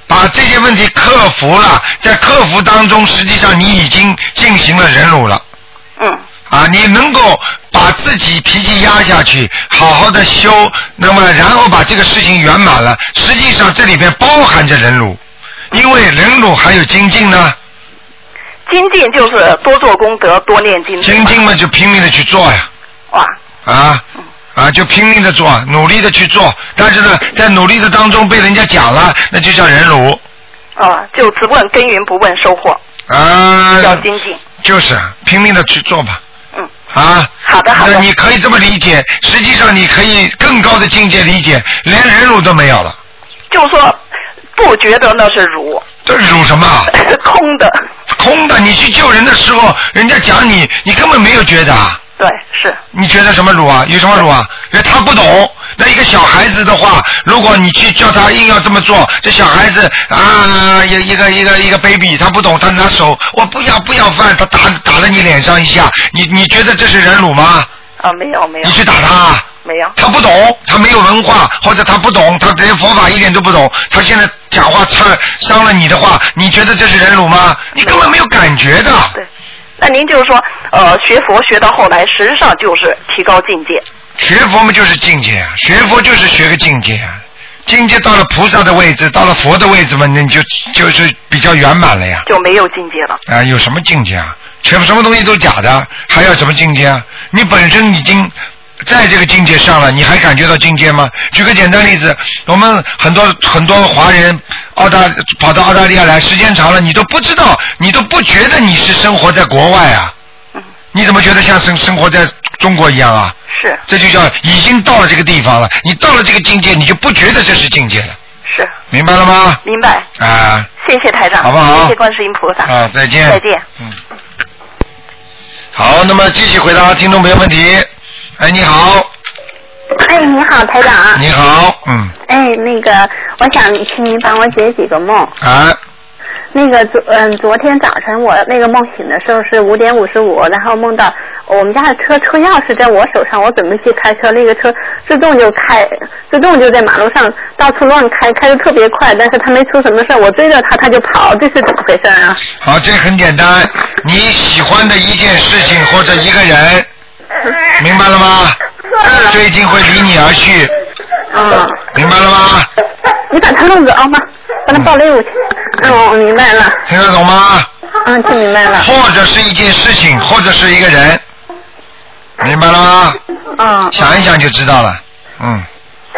Speaker 2: 把这些问题克服了，在克服当中，实际上你已经进行了忍辱了。
Speaker 7: 嗯。
Speaker 2: 啊，你能够把自己脾气压下去，好好的修，那么然后把这个事情圆满了，实际上这里边包含着忍辱，因为忍辱还有精进呢，
Speaker 7: 精进就是多做功德，多念经。
Speaker 2: 精进嘛就拼命的去做呀。
Speaker 7: 哇。
Speaker 2: 啊。
Speaker 7: 嗯
Speaker 2: 啊，就拼命的做，努力的去做，但是呢，在努力的当中被人家讲了，那就叫忍辱
Speaker 7: 啊、就只问耕耘不问收获，
Speaker 2: 啊。
Speaker 7: 叫精进。
Speaker 2: 就是拼命的去做吧。
Speaker 7: 嗯。
Speaker 2: 啊。
Speaker 7: 好的，
Speaker 2: 好的。你可以这么理解，实际上你可以更高的境界理解，连忍辱都没有了，
Speaker 7: 就说不觉得那是辱，
Speaker 2: 这辱什么啊？
Speaker 7: [laughs] 空的。
Speaker 2: 空的，你去救人的时候，人家讲你，你根本没有觉得。啊。
Speaker 7: 对，是。
Speaker 2: 你觉得什么辱啊？有什么辱啊？人他不懂。那一个小孩子的话，如果你去叫他硬要这么做，这小孩子啊，一一个一个一个 baby，他不懂，他拿手，我不要不要饭，他打打了你脸上一下，你你觉得这是忍辱吗？
Speaker 11: 啊，没有没有。
Speaker 2: 你去打他，啊
Speaker 11: 没有。
Speaker 2: 他不懂，他没有文化，或者他不懂，他连佛法一点都不懂，他现在讲话伤伤了你的话，你觉得这是忍辱吗？你根本没有感觉的。
Speaker 11: 对，那您就是说，呃，学佛学到后来，实际上就是提高境界。
Speaker 2: 学佛嘛就是境界，啊学佛就是学个境界，啊境界到了菩萨的位置，到了佛的位置嘛，那你就就是比较圆满了呀。
Speaker 11: 就没有境界了。
Speaker 2: 啊，有什么境界啊？全什么东西都假的，还要什么境界啊？你本身已经在这个境界上了，你还感觉到境界吗？举个简单例子，我们很多很多华人，澳大跑到澳大利亚来，时间长了，你都不知道，你都不觉得你是生活在国外啊？
Speaker 11: 嗯
Speaker 2: 你怎么觉得像生生活在中国一样啊？
Speaker 11: 是。
Speaker 2: 这就叫已经到了这个地方了，你到了这个境界，你就不觉得这是境界了，
Speaker 11: 是。
Speaker 2: 明白了吗？
Speaker 11: 明白，
Speaker 2: 啊
Speaker 11: 谢谢台长，
Speaker 2: 好不好
Speaker 11: 谢谢观世音菩萨。
Speaker 2: 啊，再见。
Speaker 11: 再见。
Speaker 2: 好，那么继续回答听众朋友问题。哎，你好，
Speaker 12: 哎，你好，台长。
Speaker 2: 你好，嗯，
Speaker 12: 哎，那个，我想请您帮我解几个梦。
Speaker 2: 啊，
Speaker 12: 那个昨嗯，昨天早晨我那个梦醒的时候是五点五十五，然后梦到我们家的车车钥匙在我手上，我准备去开车，那个车自动就开，自动就在马路上到处乱开，开的特别快，但是他没出什么事儿，我追着他他就跑，这是怎么回事儿啊？
Speaker 2: 好，这很简单，你喜欢的一件事情或者一个人，
Speaker 12: 嗯
Speaker 2: 明白了吗？最近会离你而去。
Speaker 12: 啊。
Speaker 2: 明白了吗？
Speaker 12: 你把他弄走吗？把他抱累我去。嗯，我明白了。
Speaker 2: 听得懂吗？
Speaker 12: 嗯，听明白了。
Speaker 2: 或者是一件事情，或者是一个人，明白了吗？
Speaker 12: 嗯。
Speaker 2: 想一想就知道了，嗯。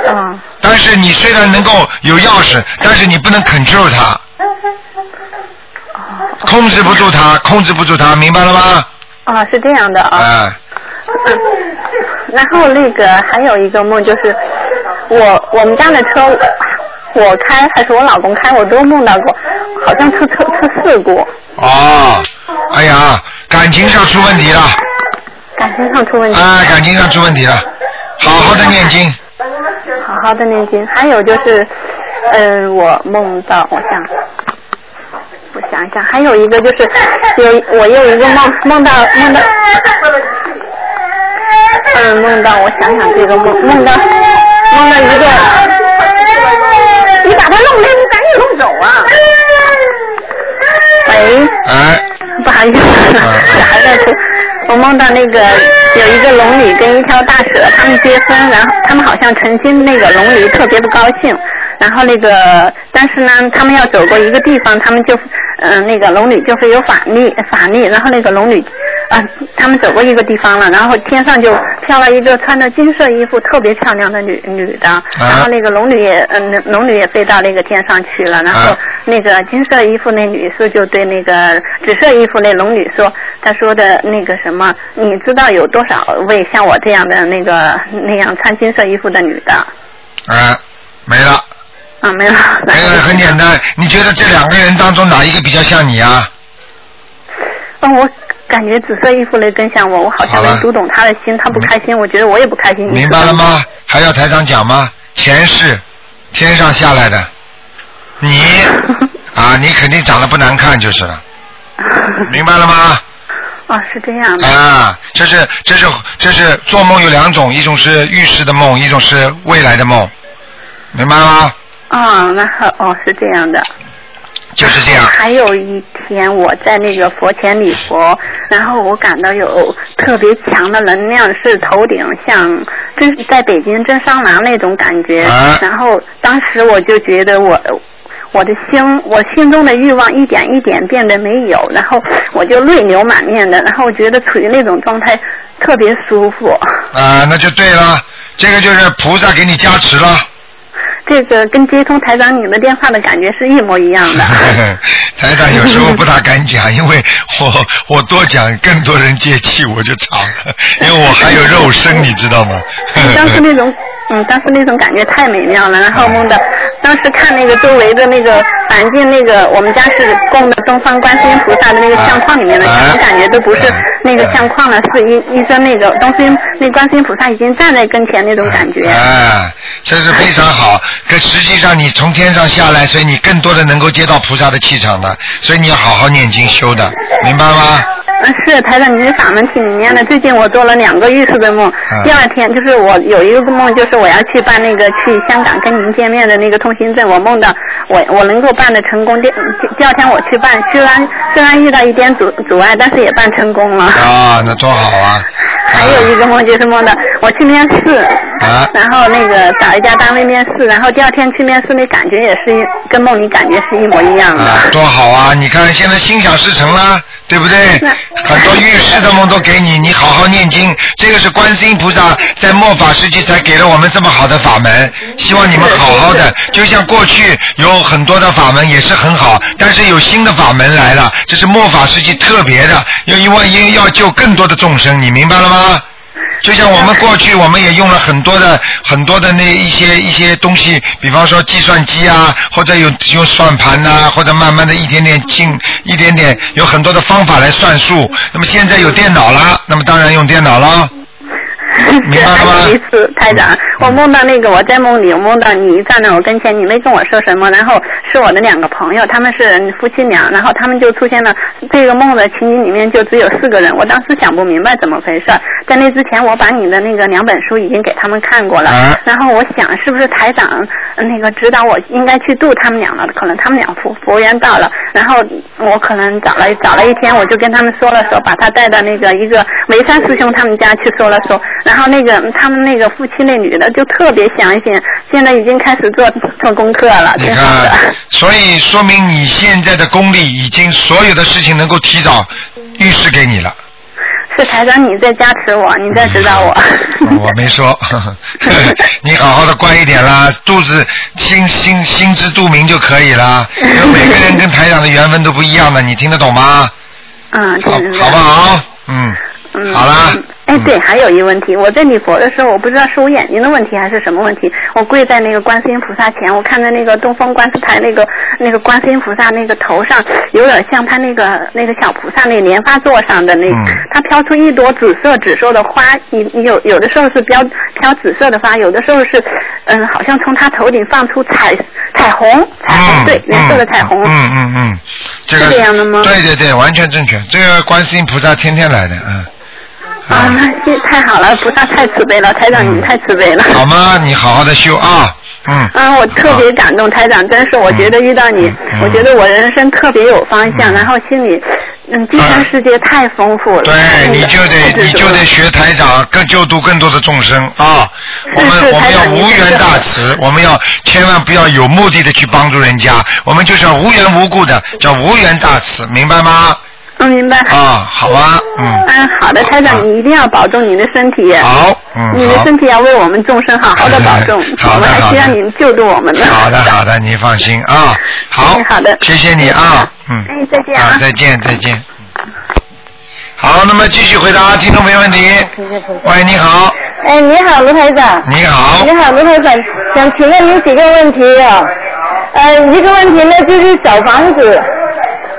Speaker 12: 嗯。
Speaker 2: 但是你虽然能够有钥匙，但是你不能 control 它，控制不住它，控制不住它，明白了吗？
Speaker 12: 啊，是这样的啊。
Speaker 2: 啊，
Speaker 12: 然后那个还有一个梦就是，我我们家的车我开还是我老公开，我都梦到过，好像出车出事故，
Speaker 2: 哦，哎呀，感情上出问题了，
Speaker 12: 感情上出问题。
Speaker 2: 哎，感情上出问题了，好好的念经，
Speaker 12: 好好的念经。还有就是，嗯、我梦到我想。我想一想，还有一个就是，有我又一个梦，梦到梦到，嗯，梦到我想想这个梦，梦到梦到一个，你把它弄来，你赶紧弄走啊！喂，
Speaker 2: 哎，啊
Speaker 12: 不好意思，小孩在哭。我梦到那个有一个龙女跟一条大蛇，他们结婚，然后他们好像成亲，那个龙女特别不高兴。然后那个，但是呢，他们要走过一个地方，他们就，嗯、那个龙女就会有法力，法力。然后那个龙女，啊、他们走过一个地方了，然后天上就飘了一个穿着金色衣服特别漂亮的女女的，然后那个龙女也，嗯、龙女也飞到那个天上去了，然
Speaker 2: 啊
Speaker 12: 后那个金色衣服那女士就对那个紫色衣服那龙女说，她说的那个什么，你知道有多少位像我这样的那个那样穿金色衣服的女的？
Speaker 2: 哎，没了。
Speaker 12: 啊，没有。 [laughs]
Speaker 2: 没了，很简单。你觉得这两个人当中哪一个比较像你啊？
Speaker 12: 哦，我感觉紫色衣服那更像我，我好像没
Speaker 2: 好了嗯
Speaker 12: 读懂她的心，她不开心，我觉得我也不开心。你
Speaker 2: 明白了吗？还要台长讲吗？前世天上下来的，你啊，你肯定长得不难看就是了，明白了吗？
Speaker 12: 哦，是这样的。
Speaker 2: 啊，这是这是这是做梦有两种，一种是预示的梦，一种是未来的梦，明白吗？
Speaker 12: 哦，那好，哦，是这样的。
Speaker 2: 就是这样。
Speaker 12: 还有一天，我在那个佛前礼佛，然后我感到有特别强的能量，是头顶像真在北京真桑拿那种感觉。
Speaker 2: 啊
Speaker 12: 然后当时我就觉得我。我的心，我心中的欲望一点一点变得没有，然后我就泪流满面的，然后我觉得处于那种状态特别舒服。
Speaker 2: 啊，那就对了，这个就是菩萨给你加持了。 [laughs]
Speaker 12: 这个跟接通台长你们电话的感觉是一模一样的。
Speaker 2: 台长有时候不大敢讲，因为我我多讲，更多人接气我就长了，因为我还有肉身，你知道吗？
Speaker 12: [laughs] 当时那种，嗯，当时那种感觉太美妙了。然后梦到，当时看那个周围的那个环境，那个我们家是供的东方观世音菩萨的那个相框里面的，什么感觉都不是那个相框了，是一一尊那个东方那观世音菩萨已经站在跟前那种感
Speaker 2: [laughs]
Speaker 12: 觉。
Speaker 2: 哎，这是非常好。可实际上你从天上下来，所以你更多的能够接到菩萨的气场的，所以你要好好念经修的，明白吗？
Speaker 12: 嗯，是台长，您的法门挺灵验的。最近我做了两个预示的梦，
Speaker 2: 嗯
Speaker 12: 第二天就是我有一个梦，就是我要去办那个去香港跟您见面的那个通行证，我梦到我我能够办的成功。第第二天我去办，虽然虽然遇到一点阻阻碍，但是也办成功了。 [laughs]
Speaker 2: 啊，那多好啊！
Speaker 12: 还有一个梦就是梦到我去面试，
Speaker 2: 啊
Speaker 12: 然后那个找一家单位面试，然后第二天去面试，那感觉也是一跟梦里感觉是一模一样的。
Speaker 2: 啊，多好啊！你看现在心想事成啦，对不对？很多预示的梦都给你，你好好念经，这个是观世音菩萨在末法时期才给了我们这么好的法门，希望你们好好的。就像过去有很多的法门也是很好，但是有新的法门来了，这是末法时期特别的，要因为因为要救更多的众生，你明白了吗？就像我们过去，我们也用了很多的很多的那一些一些东西，比方说计算机啊，或者有用算盘呐、或者慢慢的一点点进一点点，有很多的方法来算数。那么现在有电脑啦，那么当然用电脑啦。
Speaker 12: [laughs] 对，还有一次，台长，我梦到那个我在梦里，我梦到你站在我跟前，你没跟我说什么，然后是我的两个朋友，他们是夫妻俩，然后他们就出现了这个梦的情景里面就只有四个人，我当时想不明白怎么回事儿，在那之前我把你的那个两本书已经给他们看过了，然后我想 [laughs] 是不是台长呃那个指导我应该去度他们俩了，可能他们俩服服务员到了，然后我可能找了找了一天，我就跟他们说了说，把他带到那个一个梅山师兄他们家去说了说，然后那个他们那个夫妻那女的就特别相信，现在已经开始做做功课了，
Speaker 2: 你看，所以说明你现在的功力已经所有的事情能够提早预示给你了。
Speaker 12: 是台长你在加持我，你在指导我。
Speaker 2: 哦我
Speaker 12: [laughs]
Speaker 2: 没说，你好好的乖一点啦，肚子心心心知肚明就可以啦。因为每个人跟台长的缘分都不一样的，你听得懂吗？
Speaker 12: 嗯，
Speaker 2: 好，好不好？嗯，
Speaker 12: 嗯，
Speaker 2: 好啦。
Speaker 12: 哎，对，还有一个问题，我在礼佛的时候，我不知道是我眼睛的问题还是什么问题，我跪在那个观世音菩萨前，我看到那个东方观世台那个那个观世音菩萨那个头上有点像他那个那个小菩萨那个莲花座上的那，
Speaker 2: 嗯
Speaker 12: 它飘出一朵紫色紫色的花，你你有有的时候是飘飘紫色的花，有的时候是嗯，好像从他头顶放出彩彩虹，彩虹、对，
Speaker 2: 嗯
Speaker 12: 颜色的彩虹，
Speaker 2: 嗯嗯嗯，这个
Speaker 12: 是这样的吗
Speaker 2: 对对对，完全正确。这个观世音菩萨天天来的，嗯。嗯
Speaker 12: 啊，那这太好了，菩萨太慈悲了，台长您太慈悲了。
Speaker 2: 好吗？你好好的修啊，嗯。
Speaker 12: 嗯，我特别感动，台长，真是我觉得遇到你，
Speaker 2: 嗯
Speaker 12: 我觉得我人生特别有方向，然后心里，嗯，精神世界太丰富了。
Speaker 2: 啊对，哎你就得你就得学台长，更救度更多的众生啊！我
Speaker 12: 嗯是
Speaker 2: 们
Speaker 12: 是
Speaker 2: 我们
Speaker 12: 台
Speaker 2: 要
Speaker 12: 长您
Speaker 2: 无
Speaker 12: 说
Speaker 2: 缘
Speaker 12: 得
Speaker 2: 大
Speaker 12: 好
Speaker 2: 慈，我们要千万不要有目的的去帮助人家，我们就是要无缘无故的，叫无缘大慈，明白吗？
Speaker 12: 嗯，明白。
Speaker 2: 啊，好啊，嗯，
Speaker 12: 嗯，好的，台长，你一定要保重您的身体。
Speaker 2: 好，嗯
Speaker 12: 你的
Speaker 2: 好，
Speaker 12: 身体要为我们众生好好的保重
Speaker 2: 好的
Speaker 12: 我们还需要
Speaker 2: 好的
Speaker 12: 您救度我们呢。
Speaker 2: 好的好的，你放心啊，好，
Speaker 12: 嗯嗯好的
Speaker 2: 谢谢你啊，嗯，
Speaker 12: 哎，再见
Speaker 2: 啊，再见再见。好，那么继续回答听众朋友问题。喂，你好，
Speaker 7: 哎，你好，卢台长。
Speaker 2: 你好
Speaker 7: 你好，卢台长，想请问您几个问题啊？呃，一个问题呢就是小房子。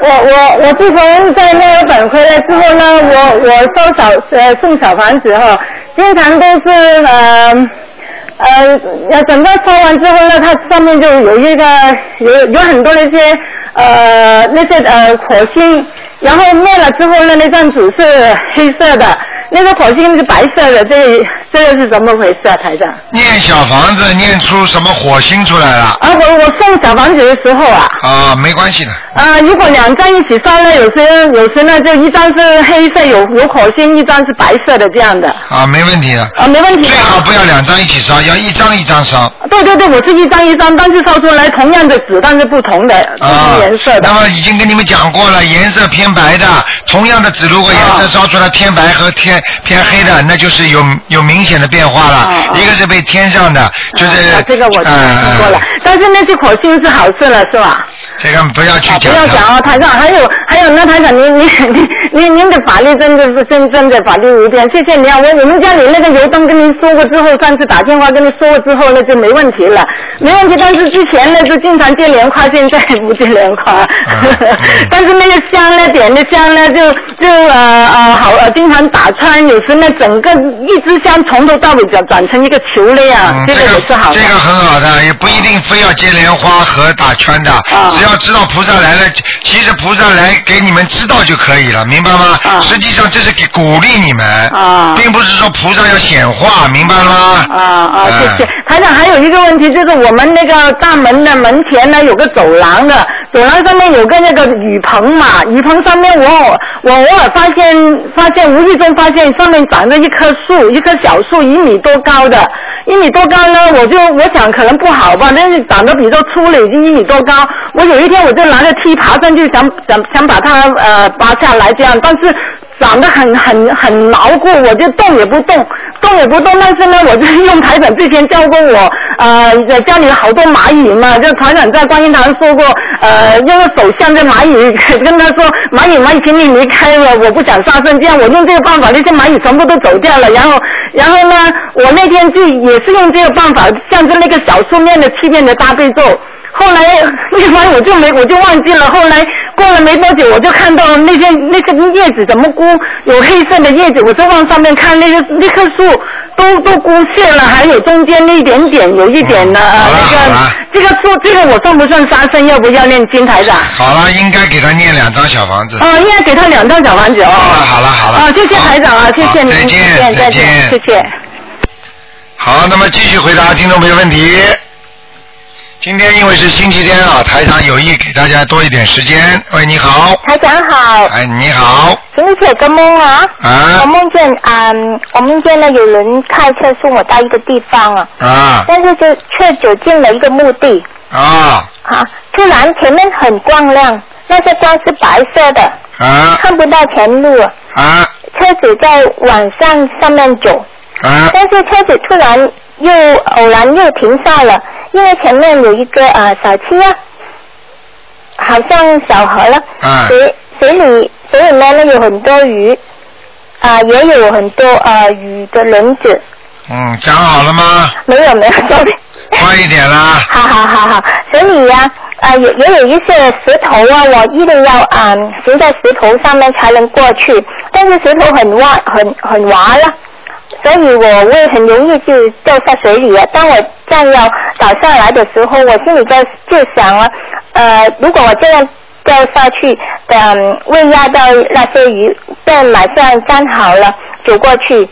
Speaker 7: 我我我自从在墨尔本回来之后呢，我我收小呃送小房子哈，经常都是呃呃呃整个烧完之后呢，它上面就有一个有有很多那些呃那些呃火星，然后灭了之后呢，那张纸是黑色的，那个火星是白色的，这个这个是怎么回事啊，台长？
Speaker 2: 念小房子念出什么火星出来了？
Speaker 7: 啊，我我送小房子的时候啊，
Speaker 2: 啊，没关系的，
Speaker 7: 啊，如果两张一起烧呢，有些有些呢就一张是黑色有有火星，一张是白色的这样的。
Speaker 2: 啊，没问题的。
Speaker 7: 啊，没问题的
Speaker 2: 最好不要两张一起烧，要一张一张烧。
Speaker 7: 对对对，我是一张一张，但是烧出来同样的纸，但是不同的不
Speaker 2: 啊
Speaker 7: 同颜色，的。
Speaker 2: 那么已经跟你们讲过了，颜色偏白的，同样的纸如果颜色烧出来偏白和偏偏黑
Speaker 7: 嗯
Speaker 2: 的，那就是有有明显的变化了。一个是被天上的，就是呃
Speaker 7: 啊，这个我听过了，但是那些火星是好事了，是吧？
Speaker 2: 这个不要去
Speaker 7: 啊，不
Speaker 2: 讲
Speaker 7: 要
Speaker 2: 它。
Speaker 7: 讲哦，台长，还有还有，那台长，您 [laughs] 您您您您的法律真的是真真的法律无边，谢谢你啊！我我们家里那个油灯跟您说过之后，上次打电话跟您说过之后，那就没问题了，没问题。但是之前呢，就经常接莲花，现在不接莲
Speaker 2: 啊
Speaker 7: [laughs] 花。
Speaker 2: 嗯
Speaker 7: 但是那个香呢，点的香呢，就就呃呃好呃，经常打穿，有时呢整个一支香从头到尾转转成一个球了呀，
Speaker 2: 嗯
Speaker 7: 这个也是好的。
Speaker 2: 这个很好的，也不一定非要接莲花
Speaker 7: 啊
Speaker 2: 和打圈的，只要知道菩萨来了，其实菩萨来给你们知道就可以了，明明白吗？
Speaker 7: 啊
Speaker 2: 实际上这是给鼓励你们，并不是说菩萨要显化，明白了吗？
Speaker 7: 啊啊，
Speaker 2: 哎
Speaker 7: 谢谢台长。还有一个问题就是，我们那个大门的门前呢有个走廊的，走廊上面有个那个雨棚嘛，雨棚上面我偶我偶尔发现发现无意中发现上面长着一棵树，一棵小树一米多高的，一米多高呢，我就我想可能不好吧，但是长得比较粗了，已经一米多高。我有一天我就拿着梯爬上去，想想想把它呃拔下来这样，但是长得很很很牢固，我就动也不动，动也不动。但是呢，我就用台长之前教过我，呃，在家里好多蚂蚁嘛，就台长在观音堂说过，呃，用个手向着蚂蚁，跟他说蚂蚁蚂蚁，请你离开我，我不想杀生。这样我用这个办法，那些蚂蚁全部都走掉了。然后，然后呢，我那天就也是用这个办法，向着那个小树念了七遍的大悲咒。后来， [laughs] 另外我就没，我就忘记了。后来过了没多久，我就看到那些那些叶子怎么枯，有黑色的叶子，我就往上面看，那个那棵树都都枯谢了，还有中间那一点点，有一点的、呃那个这个树，这个我算不算杀生？要不要念金台长？
Speaker 2: 好了，应该给他念两张小房子。
Speaker 7: 啊、应该给他两张小房子哦。
Speaker 2: 好了好了
Speaker 7: 啊，谢谢台长啊，谢谢您，
Speaker 2: 再见
Speaker 7: 再见，
Speaker 2: 再见
Speaker 7: 谢谢。
Speaker 2: 好，那么继续回答听众朋友问题。今天因为是星期天啊，台长有意给大家多一点时间。喂，你好，
Speaker 13: 台长好，
Speaker 2: 哎，你好，
Speaker 13: 请你解个梦啊。
Speaker 2: 啊
Speaker 13: 我梦见啊、嗯我梦见呢有人开车送我到一个地方啊，
Speaker 2: 啊
Speaker 13: 但是就却走进了一个墓地
Speaker 2: 啊
Speaker 13: 啊，突然前面很光亮，那些光是白色的，
Speaker 2: 啊
Speaker 13: 看不到前路，
Speaker 2: 啊
Speaker 13: 车子在往上上面走，
Speaker 2: 啊
Speaker 13: 但是车子突然又偶然又停下了，因为前面有一个呃小区啊，好像小河了，
Speaker 2: 啊
Speaker 13: 水水里水里面呢有很多鱼，啊、也有很多呃鱼的轮子，
Speaker 2: 嗯，讲好了吗？
Speaker 13: 没有没有，sorry，
Speaker 2: 快一点啦！
Speaker 13: 好好好好，所以呀、啊，也也有一些石头啊，我一定要啊、行在石头上面才能过去，但是石头很滑很很滑了。所以我会很容易就掉下水里了。当我这样要倒下来的时候，我心里在就想了，呃，如果我这样掉下去，嗯，会压到那些鱼，被马上粘好了，走过去。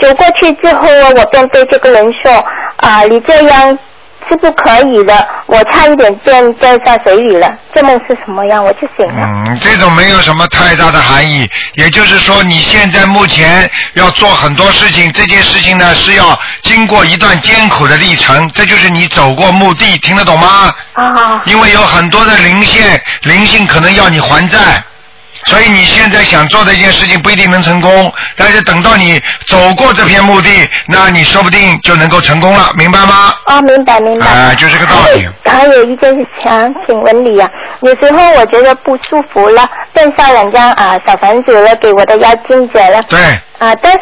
Speaker 13: 走过去之后啊，我便对这个人说，啊、你这样是不可以的。我差一点便掉下水里了。这梦是什么样？我就醒了。
Speaker 2: 嗯，这种没有什么太大的含义，也就是说，你现在目前要做很多事情，这件事情呢是要经过一段艰苦的历程，这就是你走过墓地，听得懂吗？
Speaker 13: 啊。
Speaker 2: 因为有很多的灵线，灵性可能要你还债。所以你现在想做的一件事情不一定能成功，但是等到你走过这片墓地，那你说不定就能够成功了，明白吗？
Speaker 13: 啊，明白明白。
Speaker 2: 嗯啊就这个道理
Speaker 13: 还有。还有一件事情啊，请问你啊，有时候我觉得不舒服了，便烧两张啊小房子了给我的妖精姐了。
Speaker 2: 对。
Speaker 13: 啊，但是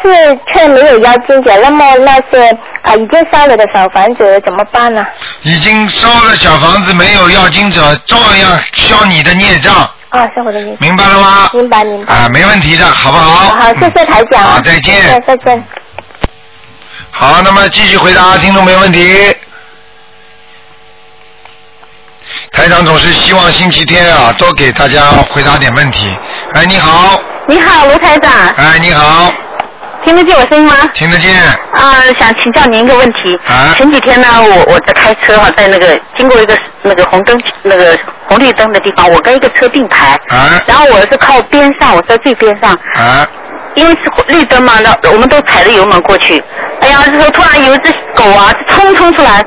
Speaker 13: 却没有妖精姐，那么那些啊已经烧了的小房子怎么办呢、
Speaker 2: 已经烧了小房子没有要经者，照样消你的孽障
Speaker 13: 啊？是我的意思。
Speaker 2: 明白了吗
Speaker 13: 明白明白。
Speaker 2: 啊，没问题的，好不
Speaker 13: 好
Speaker 2: 好？
Speaker 13: 好，谢谢台长。
Speaker 2: 好再见
Speaker 13: 谢谢再见。
Speaker 2: 好，那么继续回答听众没问题。台长总是希望星期天啊，多给大家回答点问题。哎，你好，
Speaker 14: 你好，卢台长，
Speaker 2: 哎，你好，
Speaker 14: 听得见我声音吗？
Speaker 2: 听得见？
Speaker 14: 啊、想请教您一个问题。
Speaker 2: 啊
Speaker 14: 前几天呢，我我在开车哈，在那个经过一个那个红灯那个红绿灯的地方，我跟一个车并排。
Speaker 2: 啊
Speaker 14: 然后我是靠边上，我在最边上，
Speaker 2: 啊
Speaker 14: 因为是绿灯嘛，那我们都踩着油门过去。哎呀，这时候突然有一只狗啊，冲冲出来，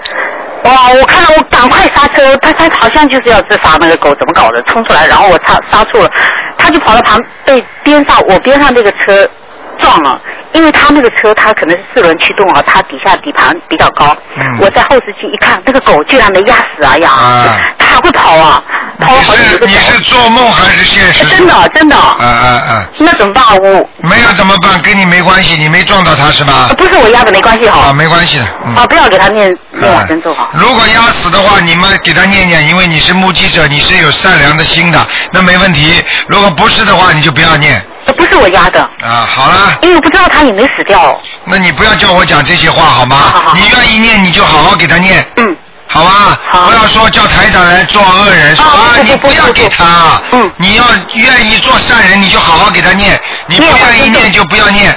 Speaker 14: 哇！我看我赶快刹车，它它好像就是要自杀那个狗，怎么搞的？冲出来，然后我刹刹住了，它就跑到旁被边上我边上这个车撞了，因为它那个车它可能是四轮驱动啊，它底下底盘比较高。
Speaker 2: 嗯
Speaker 14: 我在后视镜一看，那个狗居然没压死啊呀！
Speaker 2: 啊
Speaker 14: 它还会跑啊，跑了好几个
Speaker 2: 你是做梦还是现实？
Speaker 14: 哎真的真的。
Speaker 2: 啊啊啊！
Speaker 14: 那怎么办？我呃
Speaker 2: 没有怎么办？跟你没关系，你没撞到他是吧？
Speaker 14: 不是我压的，没关系哈。
Speaker 2: 啊，没关系的。嗯啊
Speaker 14: 啊，不要给它念念往生咒哈。
Speaker 2: 如果压死的话，你们给他念念，因为你是目击者，你是有善良的心的，那没问题。如果不是的话，你就不要念
Speaker 14: 呃不是我压的，
Speaker 2: 啊。好了，
Speaker 14: 因为我不知道他有没有死掉。
Speaker 2: 那你不要叫我讲这些话好吗？你愿意念你就好好给他念。
Speaker 14: 嗯。
Speaker 2: 好吧？不要说叫台长来做恶人，说啊你不要给他，
Speaker 14: 嗯
Speaker 2: 你要愿意做善人，你就好好给他念，你不愿意念就不要念。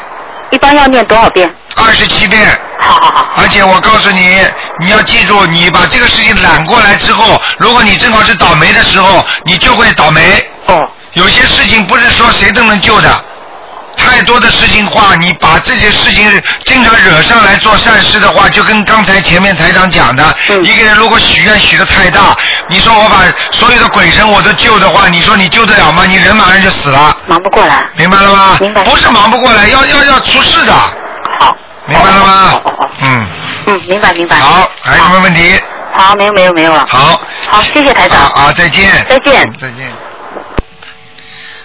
Speaker 14: 一般要念多少遍？
Speaker 2: 二十七遍。
Speaker 14: 好好好。
Speaker 2: [laughs] 而且我告诉你，你要记住，你把这个事情揽过来之后，如果你正好是倒霉的时候，你就会倒霉。
Speaker 14: 哦。
Speaker 2: 有些事情不是说谁都能救的，太多的事情话，你把这些事情经常惹上来做善事的话，就跟刚才前面台长讲的，
Speaker 14: 嗯
Speaker 2: 一个人如果许愿许的太大，你说我把所有的鬼神我都救的话，你说你救得了吗？你人马上就死了。
Speaker 14: 忙不过来。
Speaker 2: 明白了吗？
Speaker 14: 明白
Speaker 2: 不是忙不过来，要要要出事的。
Speaker 14: 好。
Speaker 2: 明白了吗？嗯，
Speaker 14: 嗯，明白明白。
Speaker 2: 好，还有什么问题？
Speaker 14: 好，没有没有没有了。
Speaker 2: 好。
Speaker 14: 好，谢谢台长。
Speaker 2: 啊，再见。嗯
Speaker 14: 再见。
Speaker 2: 再见。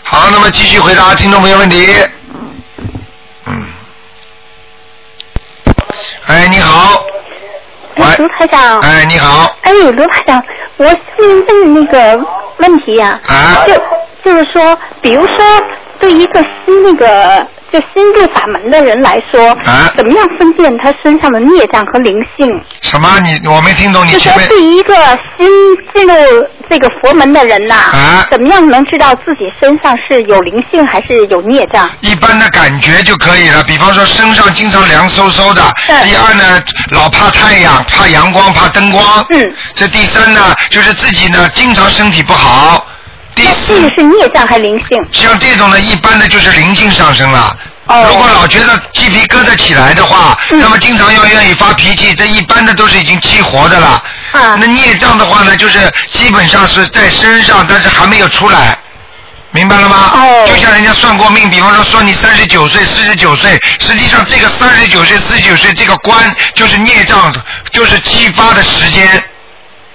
Speaker 2: 好，那么继续回答听众朋友问题。嗯。哎，你好。
Speaker 9: 哎，卢台长。
Speaker 2: 哎，你好。
Speaker 9: 哎，卢台长，我想问那个问题呀、
Speaker 2: 啊。
Speaker 9: 就就是说，比如说，对一个新那个就新入法门的人来说，
Speaker 2: 啊
Speaker 9: 怎么样分辨他身上的孽障和灵性？
Speaker 2: 什么？你我没听懂你
Speaker 9: 就说
Speaker 2: 前面。
Speaker 9: 对一个新进入这个佛门的人呐、怎么样能知道自己身上是有灵性还是有孽障？
Speaker 2: 一般的感觉就可以了。比方说身上经常凉飕飕的，第二呢老怕太阳、怕阳光、怕灯光。
Speaker 9: 嗯。
Speaker 2: 这第三呢，就是自己呢经常身体不好。第四。
Speaker 9: 这个是孽障还是灵性？
Speaker 2: 像这种呢，一般的就是灵性上升了。
Speaker 9: 哦
Speaker 2: 如果老觉得鸡皮疙瘩起来的话，
Speaker 9: 嗯
Speaker 2: 那么经常要愿意发脾气，这一般的都是已经激活的了。
Speaker 9: 啊
Speaker 2: 那孽障的话呢，就是基本上是在身上，但是还没有出来。明白了吗？哦。就像人家算过命，比方说说你三十九岁、四十九岁，实际上这个三十九岁、四十九岁这个关就是孽障，就是激发的时间。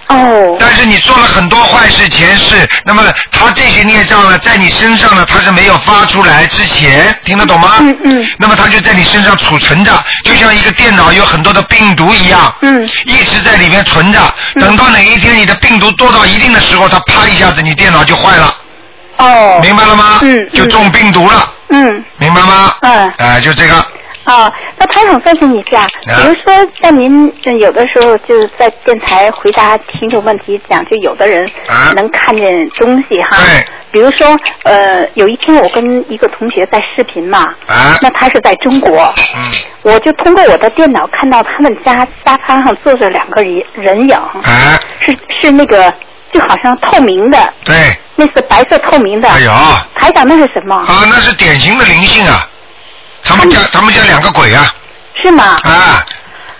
Speaker 9: 哦。
Speaker 2: 但是你做了很多坏事、前世，那么他这些孽障呢，在你身上呢，它是没有发出来之前，听得懂吗？嗯嗯。那么它就在你身上储存着，就像一个电脑有很多的病毒一样。
Speaker 9: 嗯。
Speaker 2: 一直在里面存着，等到哪一天你的病毒多到一定的时候，它啪一下子，你电脑就坏了。
Speaker 9: 哦。
Speaker 2: 明白了吗？嗯。就中病毒了，
Speaker 9: 嗯。
Speaker 2: 明白吗？
Speaker 9: 嗯。
Speaker 2: 哎、就这个，
Speaker 9: 啊，那台长问问一下，比如说像您呃有的时候就是在电台回答听众问题讲，就有的人能看见东西哈。比如说，呃，有一天我跟一个同学在视频嘛，
Speaker 2: 啊
Speaker 9: 那他是在中国，
Speaker 2: 嗯
Speaker 9: 我就通过我的电脑看到他们家沙发上坐着两个人人影，
Speaker 2: 哎
Speaker 9: 是是那个就好像透明的，
Speaker 2: 对，
Speaker 9: 那是白色透明的。
Speaker 2: 哎呦啊，
Speaker 9: 台长那是什么？
Speaker 2: 那是典型的灵性啊，他们家
Speaker 9: 嗯
Speaker 2: 他们家两个鬼啊，
Speaker 9: 是吗？
Speaker 2: 啊。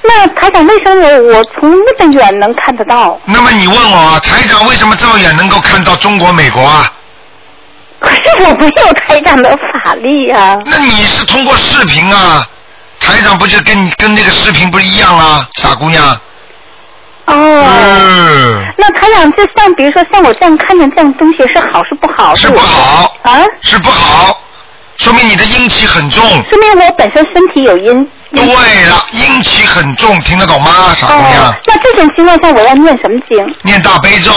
Speaker 9: 那台长，为什么我我从那么远能看得到？
Speaker 2: 那么你问我啊，台长为什么这么远能够看到中国、美国啊？
Speaker 9: 可是我没有台长的法力啊！
Speaker 2: 那你是通过视频啊？台长不就跟你跟那个视频不是一样啦，傻姑娘。
Speaker 9: 哦。
Speaker 2: 嗯。
Speaker 9: 那台长，就像比如说像我这样看见这种东西是好是不好？是不
Speaker 2: 好。
Speaker 9: 啊？
Speaker 2: 是不好，说明你的阴气很重。
Speaker 9: 说明我本身身体有阴。
Speaker 2: 对了，阴气很重，听得懂吗，傻姑娘？
Speaker 9: 哦，那这种情况下我要念什么经？
Speaker 2: 念大悲咒。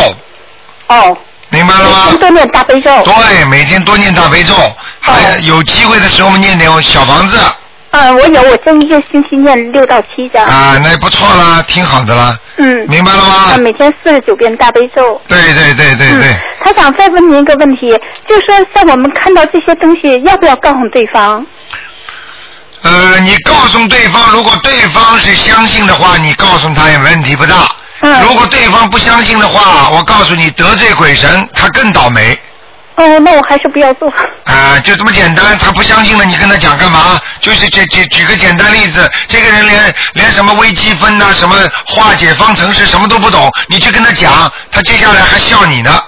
Speaker 9: 哦。
Speaker 2: 明白了吗？每天
Speaker 9: 多念大悲咒。
Speaker 2: 对，每天多念大悲咒，还有有机会的时候念点小房子
Speaker 9: 嗯，我有，我就一个星期念六到七章。
Speaker 2: 啊，那也不错啦，挺好的啦。
Speaker 9: 嗯。
Speaker 2: 明白了吗
Speaker 9: 啊，每天四十九遍大悲咒。
Speaker 2: 对对对对对，
Speaker 9: 台长再问您一个问题，就是说像我们看到这些东西，要不要告诉对方？
Speaker 2: 呃，你告诉对方，如果对方是相信的话，你告诉他也问题不大。嗯。如果对方不相信的话，我告诉你，得罪鬼神，他更倒霉。
Speaker 9: 哦，那我还是不要做。
Speaker 2: 啊、就这么简单，他不相信了，你跟他讲干嘛？就是举举举个简单例子，这个人连连什么微积分呐、什么化解方程式什么都不懂，你去跟他讲，他接下来还笑你呢。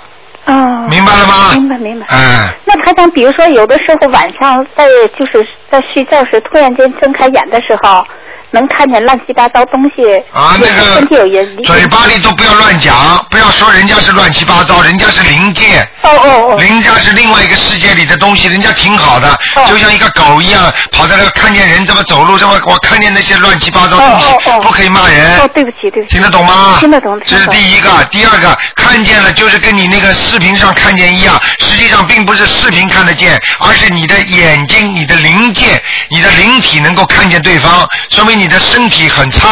Speaker 9: 哦。
Speaker 2: 明白了吗
Speaker 9: 明白明白。
Speaker 2: 哎、
Speaker 9: 那台长，比如说有的时候晚上在就是在睡觉时，突然间睁开眼的时候，能看见乱七八糟东西，
Speaker 2: 啊那个
Speaker 9: 身体有人
Speaker 2: 嘴巴里都不要乱讲，不要说人家是乱七八糟，人家是灵界。
Speaker 9: 哦哦哦。
Speaker 2: 人家是另外一个世界里的东西，人家挺好的，
Speaker 9: 哦
Speaker 2: 就像一个狗一样，跑在那看见人这么走路，这么我看见那些乱七八糟东西，不可以骂人。
Speaker 9: 哦，对不起对不起。
Speaker 2: 听得懂吗？
Speaker 9: 听得懂。
Speaker 2: 这是第一个，第二个，看见了就是跟你那个视频上看见一样，实际上并不是视频看得见，而是你的眼睛、你的灵界、你的灵体能够看见对方，说明你的身体很差。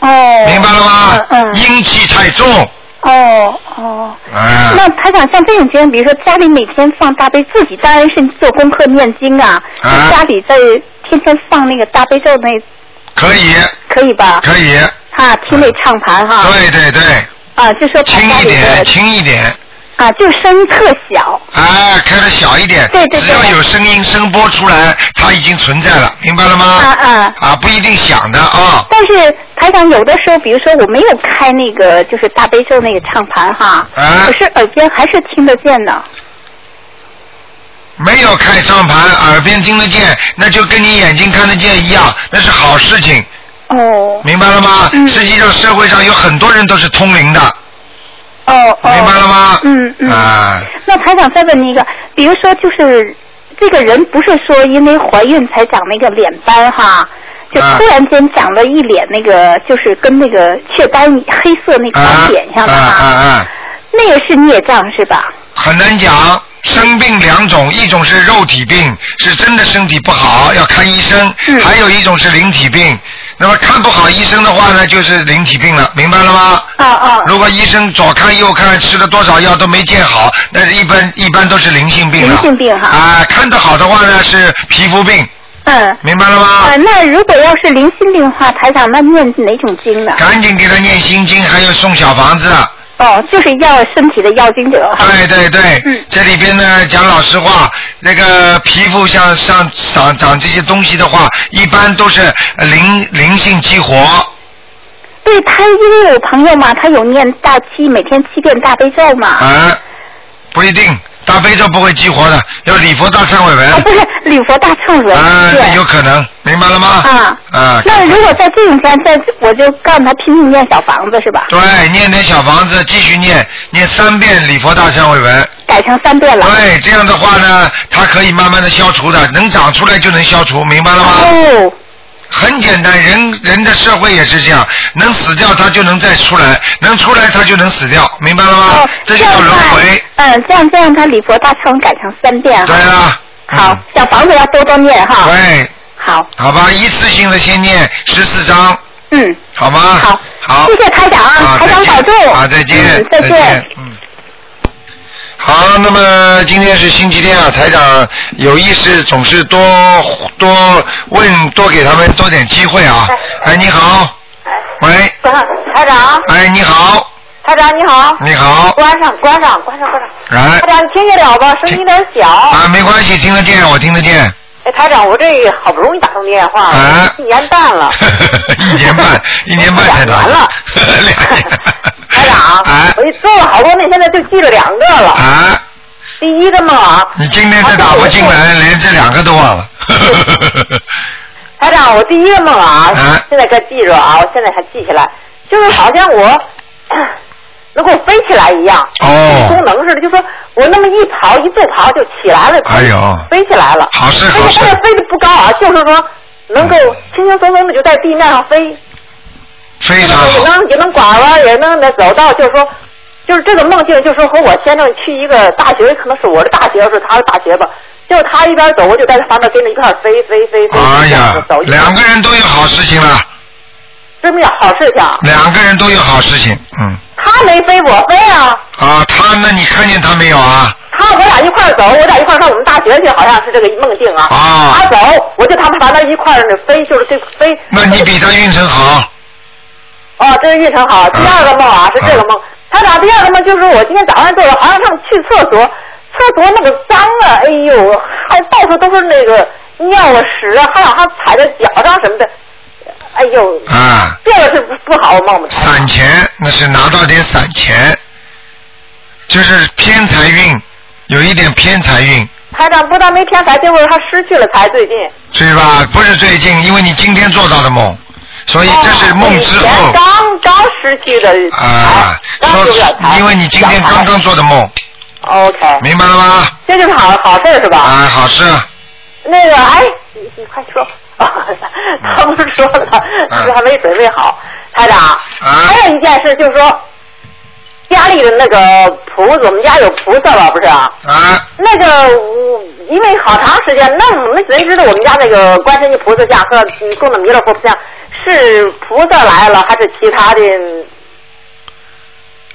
Speaker 9: 哦。
Speaker 2: 明白了吗？
Speaker 9: 嗯。
Speaker 2: 阴气太重。
Speaker 9: 哦哦。
Speaker 2: 啊。
Speaker 9: 那台长像这种情况，比如说家里每天放大悲，自己当然是做功课念经啊，
Speaker 2: 啊
Speaker 9: 家里在天天放那个大悲咒那，
Speaker 2: 可以，
Speaker 9: 可以吧？
Speaker 2: 可以，
Speaker 9: 啊，听那唱盘哈。
Speaker 2: 对对对，
Speaker 9: 啊，就说把
Speaker 2: 轻
Speaker 9: 家
Speaker 2: 一
Speaker 9: 里
Speaker 2: 点，
Speaker 9: 的
Speaker 2: 轻一点，
Speaker 9: 啊，就声特小。
Speaker 2: 哎，开的小一点，
Speaker 9: 对对对
Speaker 2: 只要有声音声波出来，它已经存在了，明白了吗？
Speaker 9: 啊啊。
Speaker 2: 啊，不一定响的啊，
Speaker 9: 但是台长有的时候，比如说我没有开那个就是大悲咒那个唱盘哈，
Speaker 2: 啊
Speaker 9: 可是耳边还是听得见的。
Speaker 2: 没有开上盘，耳边听得见，那就跟你眼睛看得见一样，那是好事情，
Speaker 9: 哦
Speaker 2: 明白了吗？实际上社会上有很多人都是通灵的，
Speaker 9: 哦哦。
Speaker 2: 明白了吗？
Speaker 9: 嗯嗯。
Speaker 2: 啊，
Speaker 9: 那台长再问你一个，比如说就是这个人不是说因为怀孕才长那个脸斑哈，就
Speaker 2: 啊
Speaker 9: 突然间长了一脸那个、就是跟那个雀斑黑色那个斑点上的
Speaker 2: 啊
Speaker 9: 哈，那个是孽障是吧？
Speaker 2: 很难讲。生病两种，一种是肉体病，是真的身体不好要看医生；还有一种是灵体病。那么看不好医生的话呢，就是灵体病了，明白了吗？
Speaker 9: 啊啊。
Speaker 2: 如果医生左看右看，吃了多少药都没见好，那是一般一般都是灵性病了。
Speaker 9: 灵性病哈
Speaker 2: 啊，看得好的话呢是皮肤病，
Speaker 9: 嗯。
Speaker 2: 明白了吗？
Speaker 9: 啊、那如果要是零心病的话，台长那念哪种经呢？
Speaker 2: 赶紧给他念心经，还有送小房子。
Speaker 9: 哦，就是要身体的要经者。嗯
Speaker 2: 对对对，这里边呢讲老实话，那个皮肤像像长长这些东西的话，一般都是呃灵灵性激活。
Speaker 9: 对他，因为我朋友嘛，他有念大七，每天七遍大悲咒嘛。
Speaker 2: 啊，不一定，大悲咒不会激活的，要礼佛大忏悔文。
Speaker 9: 啊，不是礼佛大忏文。
Speaker 2: 哎啊，
Speaker 9: 对
Speaker 2: 那有可能，明白了吗？
Speaker 9: 啊。
Speaker 2: 啊，
Speaker 9: 那如果在这种天，在我就告诉他拼命念小房子是吧？
Speaker 2: 对，念点小房子，继续念，念三遍礼佛大忏悔文。
Speaker 9: 改成三遍了。
Speaker 2: 对，这样的话呢，它可以慢慢的消除的，能长出来就能消除，明白了吗？
Speaker 9: 哦。
Speaker 2: 很简单，人人的社会也是这样，能死掉它就能再出来，能出来它就能死掉，明白了吗？
Speaker 9: 哦
Speaker 2: 这就叫轮回。
Speaker 9: 嗯，这样这样，他礼佛大忏文改成三遍。对
Speaker 2: 啊。
Speaker 9: 好，小房子要多多念哈。
Speaker 2: 对。
Speaker 9: 好。
Speaker 2: 好吧，一次性的先念十四章，
Speaker 9: 嗯。
Speaker 2: 好吗？好。好。
Speaker 9: 谢谢台长啊
Speaker 2: 啊，
Speaker 9: 台长保重
Speaker 2: 啊，再见。
Speaker 9: 嗯再见
Speaker 2: 嗯。好，那么今天是星期天啊，台长有意识总是多多问，多给他们多点机会啊。哎，你好，喂，
Speaker 7: 台长，
Speaker 2: 哎，你好，
Speaker 7: 台长你好。
Speaker 2: 你好
Speaker 7: 关上，关上，关上，关上。
Speaker 2: 哎
Speaker 7: 台，长，你听见了吧？声音有点小。
Speaker 2: 啊，没关系，听得见，我听得见， [laughs]
Speaker 7: 哎，台长，我这好不容易打通电话，
Speaker 2: 啊
Speaker 7: 一年半了，
Speaker 2: 一年
Speaker 9: 哎
Speaker 2: 半， [laughs] 一年半才到。
Speaker 7: 完
Speaker 2: [laughs]
Speaker 7: 了。 [laughs] 台长，我一做了好多，那现在就记着两个了。
Speaker 2: 啊。
Speaker 7: 第一个嘛，
Speaker 2: 你今天再打不进
Speaker 9: 啊
Speaker 2: 来，连这两个都忘了。
Speaker 7: 台长，我第一个梦啊，
Speaker 2: 啊
Speaker 7: 现在该记住啊，我现在还记起来，就是好像我 [clears throat] 能够飞起来一样，
Speaker 2: 哦
Speaker 7: 功能似的，就说我那么一跑一做跑就起来了，
Speaker 2: 哎呦，
Speaker 7: 飞起来了，
Speaker 2: 好事
Speaker 7: 而
Speaker 2: 好
Speaker 7: 且
Speaker 2: 事
Speaker 7: 它，这飞得不高啊，就是说能够轻轻松松的就在地面上飞，
Speaker 2: 非常
Speaker 7: 也
Speaker 2: 好，
Speaker 7: 能也能拐弯，也能那走道，就是说。就是这个梦境，就是说和我先生去一个大学，可能是我的大学，是他的大学吧。就是他一边走，我就在他旁边跟着一块儿飞飞飞飞，
Speaker 2: 哎
Speaker 7: 这样子
Speaker 2: 呀，
Speaker 7: 走一块儿
Speaker 2: 两个人都有好事情了，
Speaker 7: 这么叫好事情。
Speaker 2: 两个人都有好事情，嗯，
Speaker 7: 他没飞，我飞啊。
Speaker 2: 啊，他那你看见他没有啊？
Speaker 7: 他我俩一块儿走，我俩一块儿上我们大学去，好像是这个梦境啊。
Speaker 2: 啊
Speaker 7: 他走，我就他们旁边一块儿那飞，就是这个飞。
Speaker 2: 那你比他运程好，
Speaker 7: 哦，这是运程好。第二个梦啊，是这个梦。他俩第二个梦就是我今天早上做的，好像上去厕所，厕所那个脏啊，哎呦，还到处都是那个尿啊屎啊，还好像踩在脚
Speaker 6: 啊
Speaker 7: 上什么的，哎呦，
Speaker 2: 啊，
Speaker 7: 这个是不不好的梦吗？
Speaker 2: 散钱那是拿到点散钱，就是偏财运，有一点偏财运，
Speaker 7: 台长不但没偏财，结果他失去了财，最近。
Speaker 2: 对吧？不是最近，因为你今天做到的梦，所以哦这是梦之
Speaker 7: 以前
Speaker 2: 后
Speaker 7: 哦哎刚刚失去的财，
Speaker 2: 啊，
Speaker 7: 刚有点
Speaker 2: 说
Speaker 7: 财，
Speaker 2: 因为你今天刚刚做的梦，
Speaker 7: 哦 OK，
Speaker 2: 明白了吗？
Speaker 7: 这就是好好事儿是吧？
Speaker 2: 啊，好事，
Speaker 7: 那个，哎，你你快说， [laughs] 他不是说了，
Speaker 2: 嗯
Speaker 7: 这还没准备好，台长。
Speaker 6: 啊
Speaker 7: 还有一件事就是说，家里的那个菩萨，我们家有菩萨吧，不是啊？
Speaker 2: 啊。
Speaker 7: 那个，我因为好长时间弄，那谁知道我们家那个观世音菩萨像和嗯供的弥勒佛像
Speaker 6: 是菩萨来了还是其他的？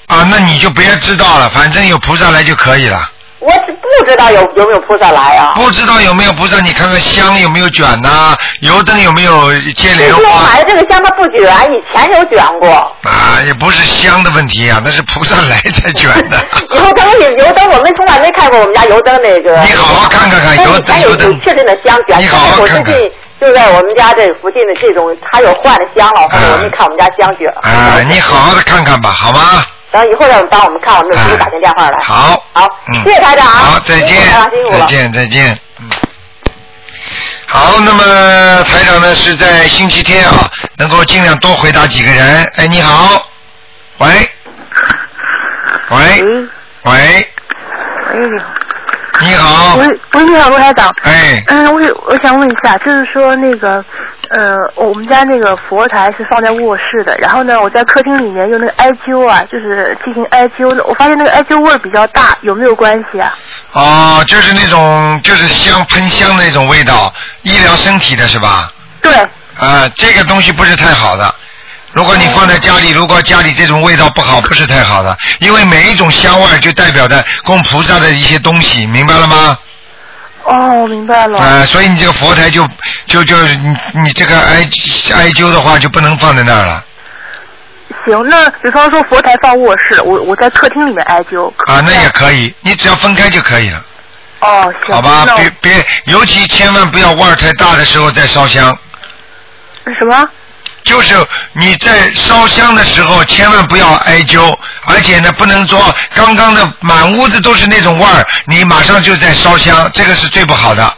Speaker 2: 啊，那你就别知道了，反正有菩萨来就可以了。
Speaker 6: 我只不知道有有没有菩萨来啊？
Speaker 2: 不知道有没有菩萨，你看看香有没有卷呐、油灯有没有啊接
Speaker 6: 这
Speaker 2: 莲
Speaker 6: 次我
Speaker 2: 花
Speaker 6: 买的这个香它不卷，以前有卷过，
Speaker 2: 啊？也不是香的问题啊，那是菩萨来才卷
Speaker 6: [laughs]
Speaker 2: 的。
Speaker 6: 油灯也油灯我们从来没看过我们家油灯那个。你好
Speaker 2: 好看看看油灯油灯，
Speaker 6: 确实那香卷。你好好看看。我最近就在我们家这附近的这种，还有换的香了，或者我们看我们家香卷。
Speaker 2: 啊，你好好的看看吧，好吗？
Speaker 6: 然后以后让我们帮我们看，我们自己打进电话来。
Speaker 2: 好，
Speaker 6: 好，
Speaker 2: 哎嗯
Speaker 6: 谢谢台长啊。
Speaker 2: 好，再见
Speaker 6: 辛苦台长辛，苦
Speaker 2: 再
Speaker 6: 了。
Speaker 2: 见，再见。嗯。好，那么台长呢是在星期天啊，能够尽量多回答几个人。哎，你好，喂，喂，喂，
Speaker 10: 哎，你好。
Speaker 2: 你好。
Speaker 10: 喂，喂，你好，罗台长。
Speaker 2: 哎。
Speaker 10: 嗯，我有我想问一下，就是说那个，呃，我们家那个佛台是放在卧室的，然后呢，我在客厅里面用那个艾灸啊，就是进行艾灸，我发现那个艾灸味儿比较大，有没有关系啊？
Speaker 2: 哦，就是那种就是香喷香的那种味道，医疗身体的是吧？
Speaker 10: 对。
Speaker 2: 啊，这个东西不是太好的。如果你放在家里，如果家里这种味道不好，不是太好的，因为每一种香味儿就代表着供菩萨的一些东西，明白了吗？
Speaker 10: 哦，我明白了。
Speaker 2: 啊、所以你这个佛台就就就你你这个艾艾灸的话就不能放在那儿了
Speaker 10: 行，那比方说佛台放卧室，我我在客厅里面艾灸。
Speaker 2: 啊，那也可以，你只要分开就可以了，
Speaker 10: 哦，行。
Speaker 2: 好吧？
Speaker 10: 那我
Speaker 2: 别别，尤其千万不要味儿太大的时候再烧香。
Speaker 10: 什么？
Speaker 2: 就是你在烧香的时候，千万不要艾灸，而且呢，不能说刚刚的满屋子都是那种味儿，你马上就在烧香，这个是最不好的，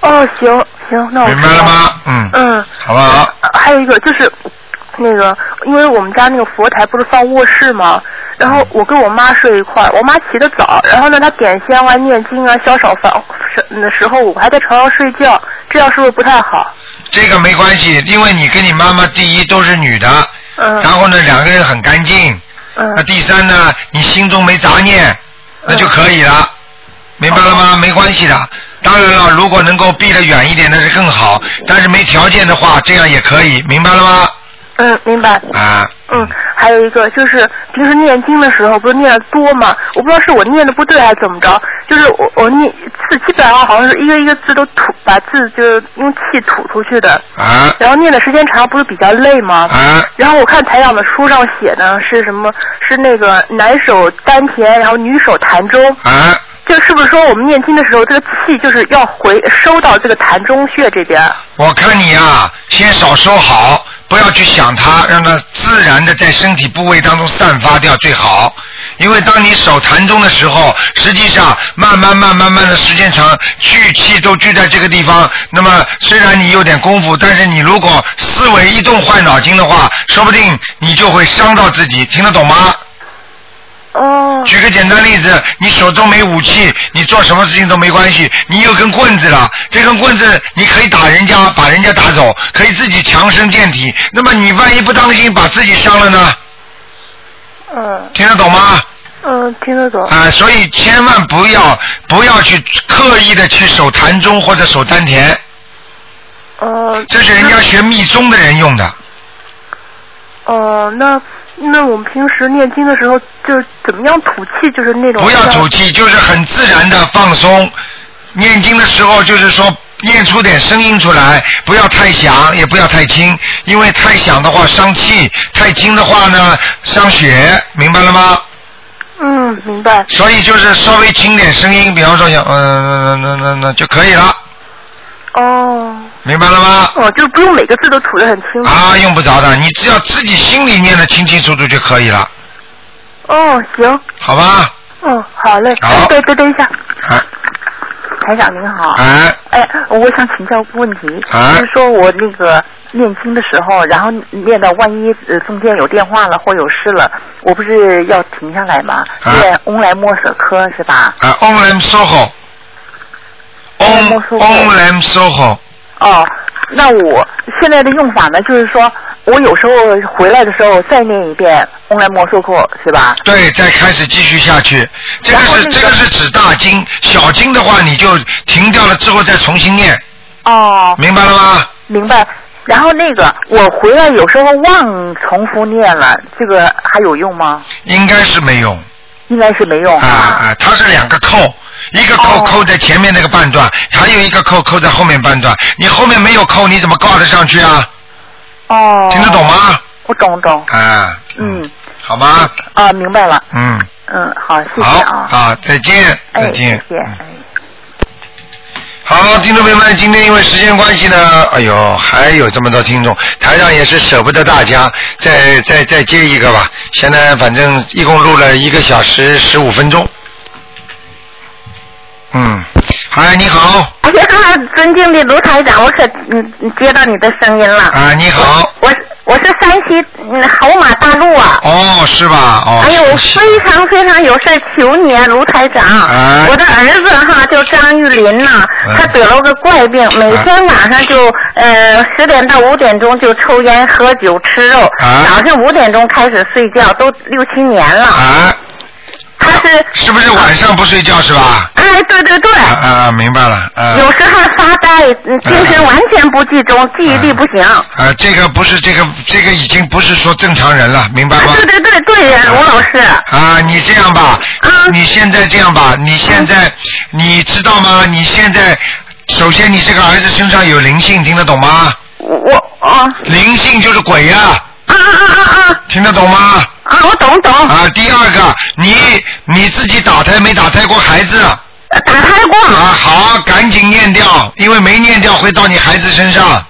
Speaker 10: 哦，行行，那我
Speaker 2: 明白了吗？嗯，
Speaker 10: 嗯，
Speaker 2: 好不好？
Speaker 10: 呃还有一个就是那个，因为我们家那个佛台不是放卧室嘛，然后我跟我妈睡一块儿，我妈起得早，然后呢她点香啊、念经啊、小少房的时候，我还在床上睡觉，这样是不是不太好？
Speaker 2: 这个没关系，因为你跟你妈妈第一都是女的，
Speaker 10: 嗯，
Speaker 2: 然后呢，两个人很干净，
Speaker 10: 嗯，
Speaker 2: 那第三呢，你心中没杂念，那就可以了，明白了
Speaker 10: 哦
Speaker 2: 吗？没关系的。当然了，如果能够避得远一点，那是更好。但是没条件的话，这样也可以，明白了吗？
Speaker 10: 嗯，明白。
Speaker 2: 啊，
Speaker 10: 嗯，还有一个就是平时念经的时候，不是念的多嘛？我不知道是我念的不对还是怎么着，就是我我念字基本上好像是一个一个字都吐，把字就是用气吐出去的。
Speaker 2: 啊。
Speaker 10: 然后念的时间长，不是比较累吗？
Speaker 2: 啊。
Speaker 10: 然后我看台长的书上写呢，是什么？是那个男手丹田，然后女手弹中。
Speaker 2: 啊。
Speaker 10: 这是不是说我们念经的时候，这个气就是要回收到这个膻中穴这边？
Speaker 2: 我看你啊，先少收好，不要去想它，让它自然的在身体部位当中散发掉最好。因为当你手弹中的时候，实际上慢慢慢慢慢的时间长，聚气都聚在这个地方。那么虽然你有点功夫，但是你如果思维一动坏脑筋的话，说不定你就会伤到自己。听得懂吗？
Speaker 10: 哦。
Speaker 2: 举个简单例子，你手中没武器，你做什么事情都没关系。你有根棍子了，这根棍子你可以打人家，把人家打走，可以自己强身健体。那么你万一不当心把自己伤了呢？
Speaker 10: 嗯
Speaker 2: 听得懂吗？
Speaker 10: 嗯，听得懂。
Speaker 2: 啊、所以千万不要不要去刻意的去手弹中或者手丹田，
Speaker 10: 呃，
Speaker 2: 这是人家学密宗的人用的。
Speaker 10: 哦，那那我们平时念经的时候，就是怎么样吐气，就是那种
Speaker 2: 不要吐气，就是很自然的放松。念经的时候，就是说念出点声音出来，不要太响，也不要太轻，因为太响的话伤气，太轻的话呢伤血，明白了吗？
Speaker 10: 嗯，明白。
Speaker 2: 所以就是稍微轻点声音，比方说像嗯那那那那就可以了，
Speaker 10: 哦
Speaker 2: 明白了吗？
Speaker 10: 哦，就不用每个字都吐得很清楚。
Speaker 2: 啊，用不着的，你只要自己心里念的清清楚楚就可以了，
Speaker 10: 哦，行，
Speaker 2: 好吧？
Speaker 10: 嗯，好嘞。
Speaker 2: 好
Speaker 10: 对对，等一下，
Speaker 2: 啊
Speaker 10: 台长您好。
Speaker 2: 啊
Speaker 10: 哎，我想请教个问题，
Speaker 2: 啊
Speaker 10: 就是说我那个念经的时候，然后念到万一呃中间有电话了或有事了，我不是要停下来吗？念翁来莫舍科是吧？
Speaker 2: 啊，on lam soho，on on lam soho，
Speaker 10: 哦，那我现在的用法呢，就是说我有时候回来的时候再念一遍翁来莫舍科是吧？
Speaker 2: 对，再开始继续下去。这个是这个是指大经，小经的话你就停掉了之后再重新念，
Speaker 10: 哦，
Speaker 2: 明白了吗？
Speaker 10: 明白。
Speaker 15: 然后那个我回来有时候忘重复念了，这个还有用吗？
Speaker 2: 应该是没用。
Speaker 15: 应该是没用
Speaker 2: 啊啊！它是两个扣，一个扣扣在前面那个半段，还有一个扣扣在后面半段。你后面没有扣，你怎么挂得上去啊？
Speaker 15: 哦。
Speaker 2: 听得懂吗？
Speaker 15: 我懂懂。
Speaker 2: 啊，
Speaker 15: 嗯，
Speaker 2: 好吗？
Speaker 15: 啊，明白了。
Speaker 2: 嗯，
Speaker 15: 嗯，好，谢
Speaker 2: 好
Speaker 15: 谢啊。
Speaker 2: 啊，再见，
Speaker 15: 哎
Speaker 2: 再见。
Speaker 15: 谢谢。
Speaker 2: 好，听众朋友们，今天因为时间关系呢，哎呦，还有这么多听众，台上也是舍不得大家，再再再接一个吧。现在反正一共录了一个小时十五分钟。嗯，嗨，你好，
Speaker 7: 啊， [laughs] 尊敬的卢台长，我可嗯接到你的声音了。
Speaker 2: 啊，你好。
Speaker 7: 我我是山西嗯侯马大陆啊。
Speaker 2: 哦，是吧？哦，
Speaker 7: 哎呦，我非常非常有事儿求你啊，卢台长。
Speaker 2: 啊嗯
Speaker 7: 我的儿子哈叫张玉林呐、他得了个怪病，
Speaker 2: 啊
Speaker 7: 每天晚上就呃十点到五点钟就抽烟、喝酒、吃肉，早上五点钟开始睡觉，都六七年了。
Speaker 2: 啊。
Speaker 7: 他是
Speaker 2: 是不是晚上不睡觉是吧？
Speaker 7: 哎，对对对。
Speaker 2: 啊啊，明白了，啊
Speaker 7: 有时候发呆，嗯精
Speaker 2: 呃
Speaker 7: 神完全不集中，记忆力不行。
Speaker 2: 啊，这个不是这个这个已经不是说正常人了，明白吗？
Speaker 7: 对对对对
Speaker 2: 呃
Speaker 7: 呀，吴老师。
Speaker 2: 啊，你这样吧，
Speaker 7: 啊
Speaker 2: 你现在这样吧，你现在你知道吗？你现在首先你这个儿子身上有灵性，听得懂吗？
Speaker 7: 我啊。
Speaker 2: 灵性就是鬼呀、啊。
Speaker 7: 啊啊啊！
Speaker 2: 听得懂吗？
Speaker 7: 啊，我懂懂。
Speaker 2: 啊，第二个，你你自己打胎没打胎过孩子？
Speaker 7: 打胎过。
Speaker 2: 啊，好，赶紧念掉，因为没念掉会到你孩子身上。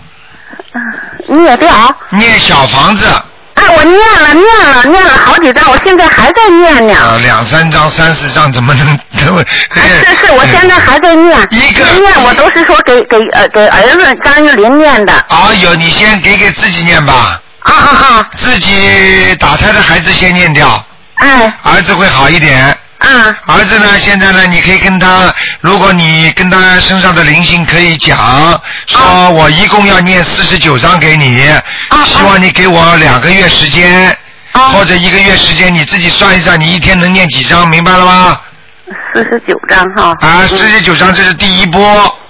Speaker 7: 念掉。
Speaker 2: 念小房子。
Speaker 7: 哎，啊我念了念了念了好几张，我现在还在念呢。
Speaker 2: 啊，两三张、三四张怎么能？ [laughs] 怎么
Speaker 7: 是是，我现在还在念。
Speaker 2: 嗯一
Speaker 7: 个念我都是说给给呃给儿子张玉林念的。
Speaker 2: 啊，有你先给给自己念吧。
Speaker 7: 啊啊啊！
Speaker 2: 自己打胎的孩子先念掉。
Speaker 7: 哎。
Speaker 2: 儿子会好一点。
Speaker 7: 嗯。
Speaker 2: 儿子呢，现在呢，你可以跟他，如果你跟他身上的灵性可以讲，说我一共要念四十九章给你，希望你给我两个月时间，或者一个月时间，你自己算一算，你一天能念几章，明白了吗？
Speaker 7: 四十九章哈。嗯
Speaker 2: 啊，四十九章这是第一波。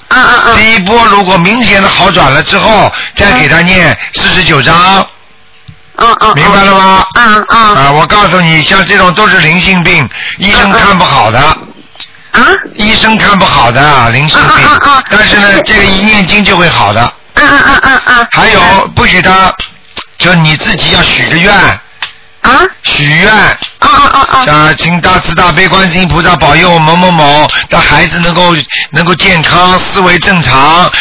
Speaker 7: 啊啊
Speaker 2: 啊！第一波如果明显的好转了之后，再给他念四十九章。
Speaker 7: 嗯嗯。
Speaker 2: 明白了吗？
Speaker 7: 嗯嗯。
Speaker 2: 啊，我告诉你，像这种都是灵性病，医生看不好的。
Speaker 7: 啊？
Speaker 2: 医生看不好的啊灵性病，但是呢，这个一念经就会好的。
Speaker 7: 嗯嗯嗯嗯嗯。
Speaker 2: 还有，不许他，就你自己要许个愿。
Speaker 7: 啊？
Speaker 2: 许愿。啊
Speaker 7: 啊
Speaker 2: 啊啊！啊，请大慈大悲观世音菩萨保佑某某某的孩子能够能够健康，思维正
Speaker 7: 哦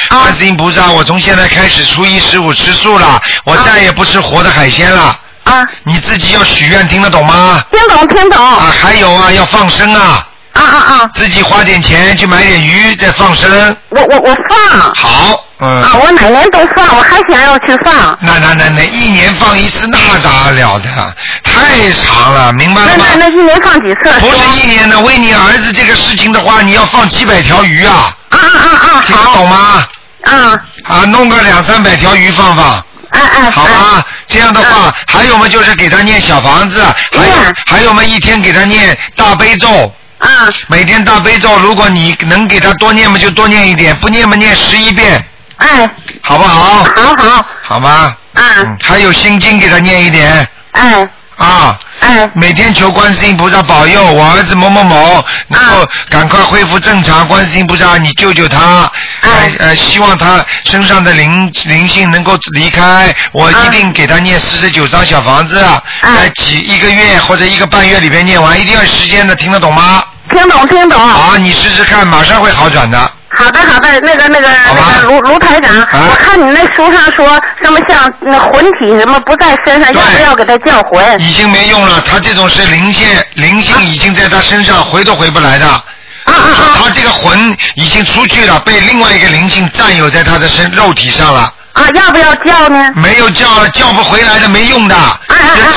Speaker 2: 常。观世音菩萨，我从现在开始初一十五吃素了，我再也不吃活的海鲜了。
Speaker 7: 哦啊。
Speaker 2: 你自己要许愿，听得懂吗？
Speaker 7: 听懂，听懂。
Speaker 2: 啊，还有啊，要放生啊。
Speaker 7: 啊啊啊！
Speaker 2: 自己花点钱去买点鱼，再放生。
Speaker 7: 我我我放。
Speaker 2: 好，嗯。
Speaker 7: 啊，我每年都放，我还想要去放。
Speaker 2: 那那那那一年放一次，那咋了的？太长了，明白
Speaker 7: 那
Speaker 2: 了吗？
Speaker 7: 那那一年放几次？
Speaker 2: 不是一年的，为你儿子这个事情的话，你要放几百条鱼啊！
Speaker 7: 啊啊啊！
Speaker 2: 听得懂吗？
Speaker 7: 啊。
Speaker 2: 啊，弄个两三百条鱼放放。
Speaker 7: 哎哎。
Speaker 2: 好吧，这样的
Speaker 7: 啊
Speaker 2: 话，还有嘛就是给他念小房子，还有还有嘛一天给他念大悲咒。
Speaker 7: 啊。
Speaker 2: 每天大悲咒，如果你能给他多念嘛，就多念一点；不念嘛，念十一遍。
Speaker 7: 哎。
Speaker 2: 好不好？
Speaker 7: 好好。啊
Speaker 2: 好吗？嗯。还有心经给他念一点。
Speaker 7: 哎。
Speaker 2: 啊。
Speaker 7: 哎。啊
Speaker 2: 每天求观世音菩萨保佑我儿子某某某能够赶快恢复正常，观世音菩萨你救救
Speaker 7: 啊
Speaker 2: 他，哎呃希望他身上的灵灵性能够离开，我一定给他念四十九张小房子，
Speaker 7: 啊
Speaker 2: 在几一个月或者一个半月里边念完，一定要有时间的，听得懂吗？
Speaker 7: 听懂，听懂。
Speaker 2: 好，你试试看，马上会好转的。
Speaker 7: 好的，好的，那个，那个，那个卢卢台长，
Speaker 2: 啊
Speaker 7: 我看你那书上说什么像那魂体什么不在身上，要不要给他叫魂？
Speaker 2: 已经没用了，他这种是灵性，灵性已经在他身上回都回不来的。他这个魂已经出去了，被另外一个灵性占有在他的身肉体上了。
Speaker 7: 啊，要不要叫呢？啊
Speaker 2: 没有叫了，叫不回来的，没用的。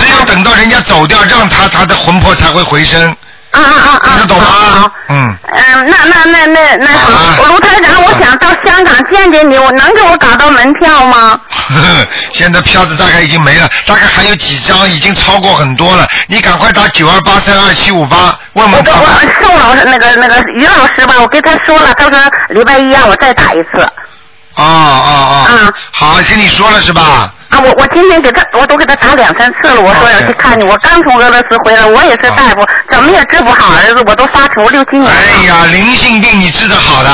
Speaker 2: 只有等到人家走掉，让他他的魂魄才会回升。
Speaker 7: 啊啊啊！
Speaker 2: 听得懂吗？嗯， [laughs]
Speaker 7: 嗯，那那那那那什么，我卢台长，我想到香港见见你，我能给我搞到门票吗？
Speaker 2: 现在票子大概已经没了，大概还有几张，已经超过很多了。你赶快打九二八三二七五八问问看吧。
Speaker 7: 啊宋老师，那个那个于老师吧，我跟他说了，他说礼拜一让我再打一次。
Speaker 2: 哦哦哦，好，跟你说了是吧？
Speaker 7: 啊，我我今天给他，我都给他打两三次了，我说要去看你，我刚从俄罗斯回来，我也是大夫，怎么也治不好儿子，我都发愁六七年了。
Speaker 2: 哎呀，灵性病你治得好的，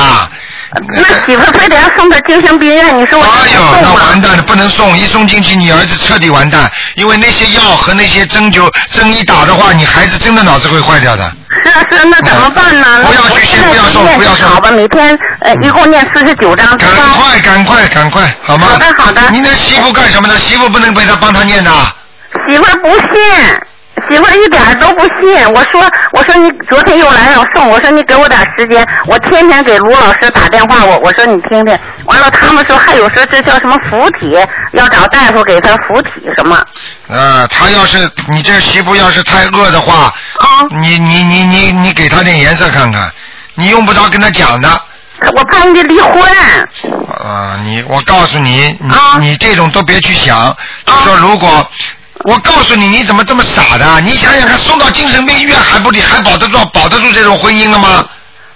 Speaker 7: 那媳妇儿非得要送他精神病院，你说我
Speaker 2: 哎呦，那完蛋了，不能送，一送进去你儿子彻底完蛋，因为那些药和那些针灸针一打的话，你孩子真的脑子会坏掉的。
Speaker 7: 是啊是啊，那怎么办呢？不要去，先不要送，不要送。好吧，每天呃一共念四十九章。
Speaker 2: 赶快赶快赶快，好吗？好的好的。你那媳妇干什么呢？媳妇不能被他帮他念的。
Speaker 7: 媳妇儿不信，媳妇儿一点儿都不信。我说，我说你昨天又来让我送，我说你给我点时间，我天天给卢老师打电话，我我说你听听。完了，他们说还有说这叫什么附体，要找大夫给他附体什么。
Speaker 2: 呃，他要是你这媳妇要是太饿的话，
Speaker 7: 哦
Speaker 2: 你你你你你给他点颜色看看，你用不着跟他讲的。
Speaker 7: 我怕你离婚。哦
Speaker 2: 啊、你我告诉你，你、你这种都别去想，就说如果。我告诉你，你怎么这么傻的？你想想看，送到精神病院还不理，还保得住保得住这种婚姻了吗？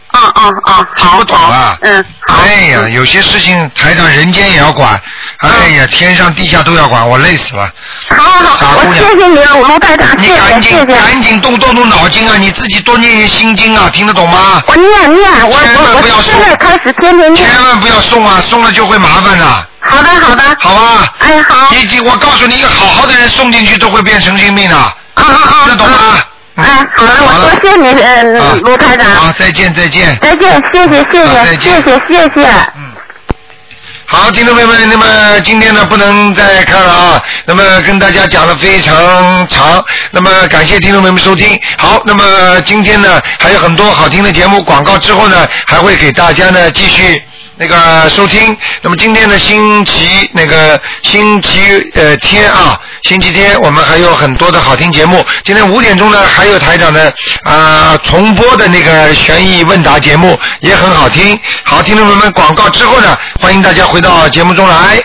Speaker 7: 啊啊啊！
Speaker 2: 听不懂啊！嗯。哎呀，有些事情台长人间也要管，哎呀，天上地下都要管，我累死了。
Speaker 7: 嗯好好
Speaker 2: 好，我谢
Speaker 7: 谢你了，卢台长，
Speaker 2: 你赶紧赶紧动动动脑筋啊！你自己多念念心经啊，听得懂吗？
Speaker 7: 我念念，我我我现在开始天天念。
Speaker 2: 千万不要送啊，送了就会麻烦的。
Speaker 7: 好的，好的。
Speaker 2: 好吧。
Speaker 7: 哎，好。
Speaker 2: 你我告诉你，一个好好的人送进去都会变神经病的。啊啊啊！这懂吗？啊
Speaker 7: 哎，好了，我多谢你，呃，卢台长。
Speaker 2: 好，再见，再见。
Speaker 7: 再见，谢谢，谢
Speaker 2: 啊
Speaker 7: 谢，
Speaker 2: 再
Speaker 7: 谢
Speaker 2: 见
Speaker 7: 谢，谢谢。
Speaker 2: 好，听众朋友们，那么今天呢不能再看了啊，那么跟大家讲的非常长，那么感谢听众朋友们收听。好，那么今天呢还有很多好听的节目，广告之后呢还会给大家呢继续。那个收听，那么今天的星期那个星期呃天啊，星期天我们还有很多的好听节目。今天五点钟呢，还有台长的啊、重播的那个悬疑问答节目，也很好听。好，听众朋友们，广告之后呢，欢迎大家回到节目中来。